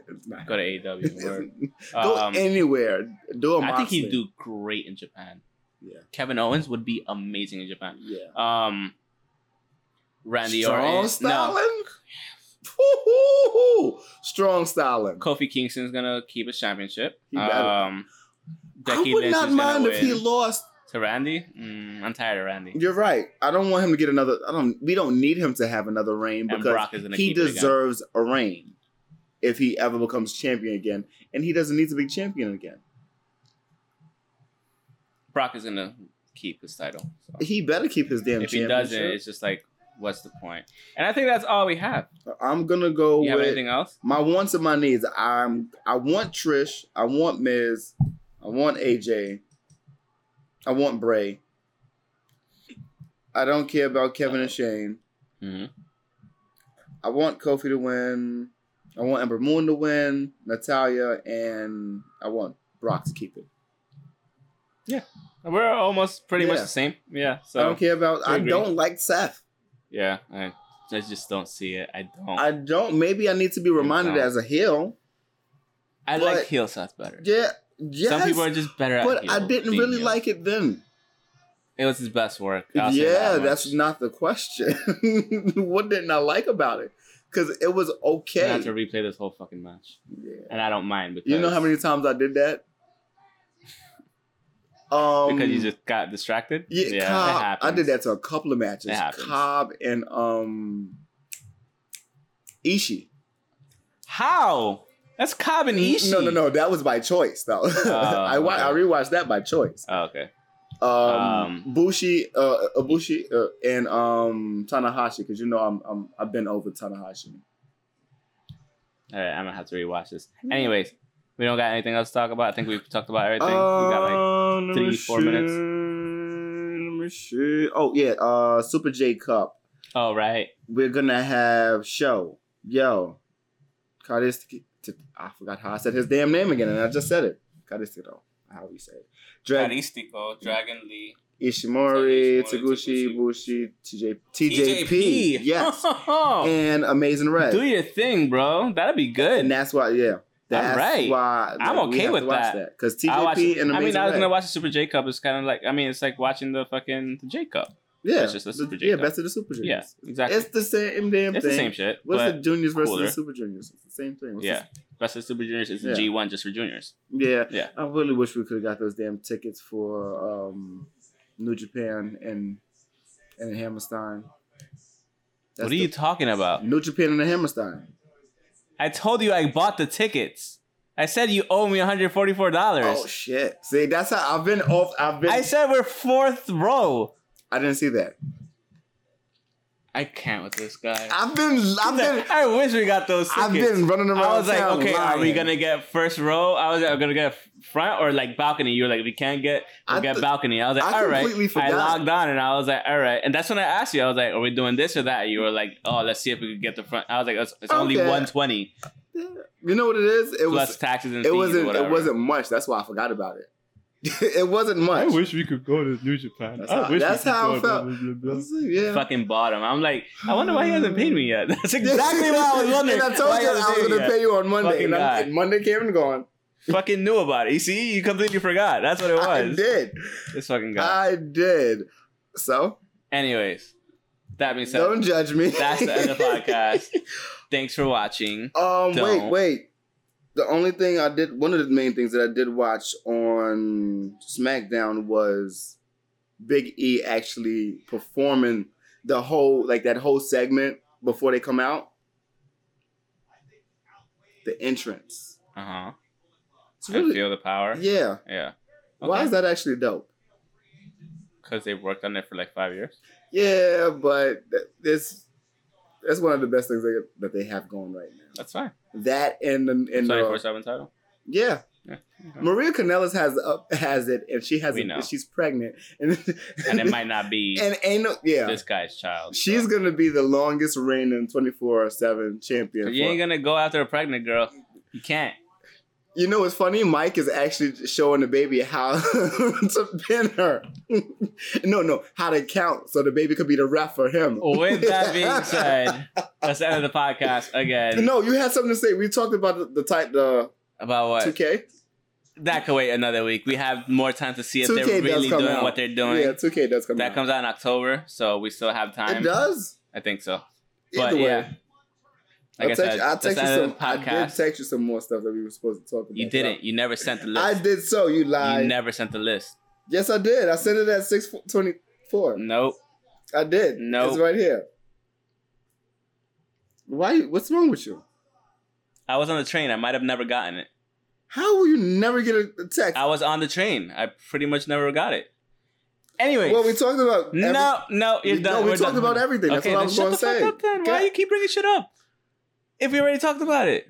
B: it's not.
C: Go to AEW. word.
B: *laughs* Go
C: Um,
B: anywhere. Do a
C: I think he'd
B: Moxley.
C: do great in Japan.
B: Yeah.
C: Kevin Owens would be amazing in Japan.
B: Yeah.
C: Um, Randy
B: Strong
C: Orton. No,
B: styling. Woo-hoo-hoo. Strong styling.
C: Kofi Kingston's gonna keep his championship.
B: He better.
C: um,
B: I
C: Becky
B: would
C: Lynch
B: not
C: is gonna
B: mind if he
C: win.
B: lost.
C: to Randy. Mm, I'm tired of Randy.
B: You're right. I don't want him to get another. I don't. We don't need him to have another reign
C: And
B: because
C: Brock is gonna
B: he
C: keep it again.
B: deserves a reign if he ever becomes champion again, and he doesn't need to be champion again.
C: Brock is gonna keep his title. So.
B: He better keep his damn
C: If he doesn't,
B: championship.
C: it's just like, what's the point? And I think that's all we have.
B: I'm gonna go
C: you have
B: with
C: anything else?
B: my wants and my needs. I'm. I want Trish. I want Miz. I want AJ. I want Bray. I don't care about Kevin and Shane.
C: Mm-hmm.
B: I want Kofi to win. I want Ember Moon to win, Natalia, and I want Brock to keep it.
C: We're almost pretty much
B: Yeah.
C: the same. Yeah.
B: I
C: So
B: don't care about.
C: I
B: I
C: agree.
B: don't like Seth.
C: yeah, I, I just don't see it. I don't. I,
B: I don't. Maybe I need to be reminded
C: don't.
B: as a heel.
C: like
B: but-
C: heel Seth better.
B: Yeah. Yes.
C: Some people are just better. at
B: but
C: heel
B: I didn't
C: being
B: really
C: heel.
B: like it then.
C: It was his best work. I'll say
B: yeah,
C: that much.
B: that's not the question. *laughs* what didn't I like about it? Because it was
C: We're
B: okay.
C: gonna have to replay this whole fucking match,
B: Yeah.
C: and I don't mind because
B: You know how many times I did that? Um,
C: because you just got distracted.
B: Yeah,
C: it
B: Cobb.
C: happens.
B: I did that to a couple of matches.
C: It happens.
B: Cobb and um Ishii.
C: How? That's Cobb and Ishii. Oh,
B: No, no, no. That was by choice, though. *laughs* I wa- I
C: okay.
B: rewatched that by choice.
C: Oh, okay.
B: Um,
C: Um,
B: Bushi, uh, Ibushi, uh, and um Tanahashi, because you know I'm, I'm I've been over Tanahashi.
C: All right, I'm gonna have to rewatch this. Anyways, we don't got anything else to talk about. I think we've talked about everything. we got like
B: Um, let
C: three,
B: me
C: four minutes.
B: see, let me see. Oh yeah, uh, Super J Cup.
C: oh right,
B: we're gonna have show yo Cardis I forgot how I said his damn name again and I just said it Cardistito how you say it Drag
C: Caristico, Dragon Lee,
B: Ishimori
C: Ishimori,
B: Taguchi
C: Tagushi,
B: Bushi TJ, TJP
C: *laughs*
B: yes and Amazing Red
C: Do your thing, bro. That'll be
B: and
C: *laughs* good.
B: that's why yeah that's
C: right.
B: why
C: I'm
B: like, we
C: okay
B: have
C: with
B: to watch
C: that.
B: because
C: I'll watch
B: TJP
C: it.
B: and Amazing
C: I mean, I was
B: Red
C: gonna watch the Super J Cup. It's kind of like, I mean, it's like watching the fucking the J Cup.
B: yeah
C: that's just the Super J
B: yeah
C: Cup.
B: best of the Super
C: Yeah,
B: Juniors
C: exactly.
B: it's the same damn
C: It's
B: thing
C: the same shit.
B: what's
C: but
B: the juniors versus
C: cooler.
B: the Super Juniors it's the same thing What's the
C: yeah, best of Super Juniors is the
B: Yeah.
C: G one just for juniors.
B: Yeah.
C: Yeah.
B: I really wish we could have got those damn tickets for um, New Japan and and Hammerstein. That's
C: what are you
B: the-
C: talking about?
B: New Japan and the Hammerstein.
C: I told you I bought the tickets. I said you owe me 144 dollars.
B: Oh shit! See, that's how I've been off. I've been.
C: I
B: I,
C: said we're fourth row.
B: didn't see that.
C: I can't with this guy.
B: I've been,
C: *laughs*
B: I've been,
C: I wish we got those tickets.
B: I've been running around.
C: I was like,
B: town
C: okay, are we
B: lying.
C: gonna get first row? I was like, gonna get front or like balcony. You were like, we can't get, we'll
B: I
C: get
B: th-
C: balcony. I was like,
B: I
C: all right.
B: completely
C: I
B: forgot.
C: logged on and I was like, all right. And that's when I asked you, I was like, are we doing this or that? You were like, oh, let's see if we could get the front. I was like, it's, it's only
B: Okay.
C: 120
B: You know what it is? It
C: plus
B: was,
C: taxes and
B: it
C: fees or
B: wasn't, it
C: whatever.
B: wasn't much. That's why I forgot about it. *laughs* it wasn't much.
D: we could go to New Japan.
B: That's how- that's how I felt. *laughs* yeah.
C: Fucking bottom. I'm like, I wonder why he hasn't paid me
B: *laughs*
C: yet. *laughs* That's exactly what I was wondering.
B: And I told
C: why he
B: you I
C: hasn't paid
B: was
C: me
B: going to
C: yet.
B: pay you on Monday,
C: Fucking
B: and,
C: guy.
B: I'm, and Monday came and gone.
C: Fucking knew about it. You see, you completely forgot. That's what it
B: I
C: was.
B: did. Uh,
C: This fucking guy.
B: I did. So,
C: Anyways, that being said,
B: don't judge me.
C: that's the
B: *laughs*
C: end of the podcast. Thanks for watching.
B: Um,
C: Don't.
B: wait, wait. The only thing I did, one of the main things that I did watch on SmackDown was Big E actually performing the whole, like that whole segment before they come out. The entrance.
C: Uh huh.
B: It's
C: I
B: Oh, really,
C: feel the power.
B: yeah.
C: Yeah.
B: Why is that actually dope?
C: Because they've worked on it for like five years.
B: Yeah, but th- this that's one of the best things they, that they have going right now.
C: That's fine.
B: That and the and uh,
C: Twenty four
B: the,
C: seven title.
B: yeah.
C: Yeah. Okay.
B: Maria Canellas has up has it, and she has
C: We
B: it.
C: know.
B: She's pregnant, *laughs* and
C: And it might not be
B: *laughs* and uh, ain't no yeah.
C: this guy's child.
B: She's
C: so.
B: gonna be the longest reigning twenty four seven champion.
C: You
B: for-
C: ain't gonna go after a pregnant girl. You can't.
B: you know what's funny? Mike is actually showing the baby how *laughs* to pin her. *laughs* no, no, how to count so the baby could be the ref for him.
C: With
B: *laughs*
C: that being said, that's the end of the podcast again.
B: no, you had something to say. We talked about the, the type the
C: About what?
B: two K.
C: That could wait another week. We have more time to see if
B: 2K
C: they're
B: does
C: really
B: come
C: doing
B: out.
C: what they're doing.
B: Yeah, two K does come
C: that
B: out.
C: comes out in October, so we still have
B: it
C: time.
B: does.
C: I think so.
B: Either
C: But
B: way.
C: yeah. Like
B: I'll
C: I
B: text,
C: said,
B: I'll
C: that's
B: text
C: the
B: you
C: end of
B: some.
C: the
B: I did
C: podcast.
B: text you some more stuff that we were supposed to talk about.
C: You didn't. You never sent the list.
B: I did so. You lied.
C: You never sent the list.
B: yes, I did. I sent it at six twenty four.
C: Nope.
B: I did.
C: No.
B: it's right here. Why? What's wrong with you?
C: I was on the train. I might have never gotten it.
B: How will you never get a a text?
C: I was on the train. I pretty much never got it. Anyway.
B: well, we talked about every-
C: no, no, you're
B: we-
C: done.
B: No, we
C: We're
B: talked
C: done.
B: about everything. That's what
C: okay,
B: I
C: then
B: was
C: shut
B: going
C: the
B: to
C: fuck
B: say.
C: up then. Why
B: Okay.
C: you keep bringing shit up? If we already talked about it.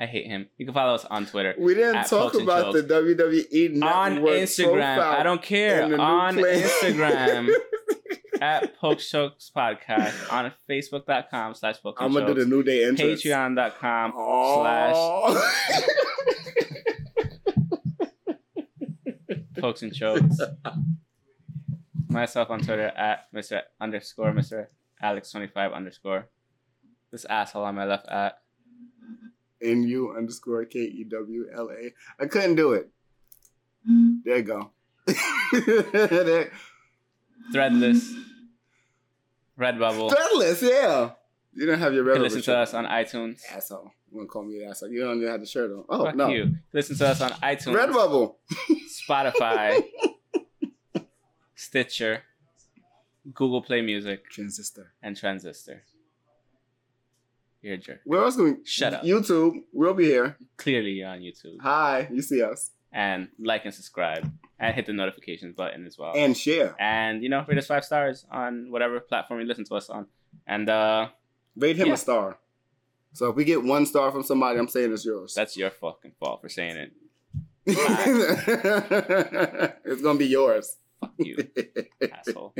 C: I hate him. You can follow us on Twitter.
B: We didn't
C: At
B: talk
C: Pokes and
B: about the
C: Jokes.
B: WWE network
C: on Instagram.
B: Profile.
C: I don't care.
B: and the new
C: On
B: plan. *laughs*
C: Instagram at Poke Chokes Podcast. On Facebook.com slash Poke
B: I'm gonna do the
C: Chokes.
B: new day entrance.
C: Patreon.com slash
B: Oh.
C: Pokes and Chokes. Myself on Twitter at Mr. underscore Mr. Alex25 underscore. This asshole on my left at
B: mu underscore k e w l a. I couldn't do it. There you go. *laughs* There-
C: Threadless. Redbubble. You
B: Threadless, yeah. You don't have your
C: can
B: red
C: listen to us on iTunes.
B: asshole. You gonna call me an asshole? You don't even have the shirt on. Oh
C: Fuck
B: no.
C: you. Listen to us on iTunes.
B: Redbubble.
C: Spotify, Stitcher, Google Play Music,
B: Transistor.
C: and Transistor. You're a jerk.
B: Where else can we?
C: Shut up.
B: YouTube. We'll be here.
C: Clearly, you're on YouTube.
B: Hi. You see us.
C: And like and subscribe, and hit the notifications button as well. And,
B: And share.
C: you know, rate us five stars on whatever platform you listen to us on. And uh,
B: Rate him
C: Yeah.
B: a star. So if we get one star from somebody, I'm saying it's yours.
C: that's your fucking fault for saying it.
B: *laughs* it's gonna be yours. *laughs*
C: Fuck you, asshole.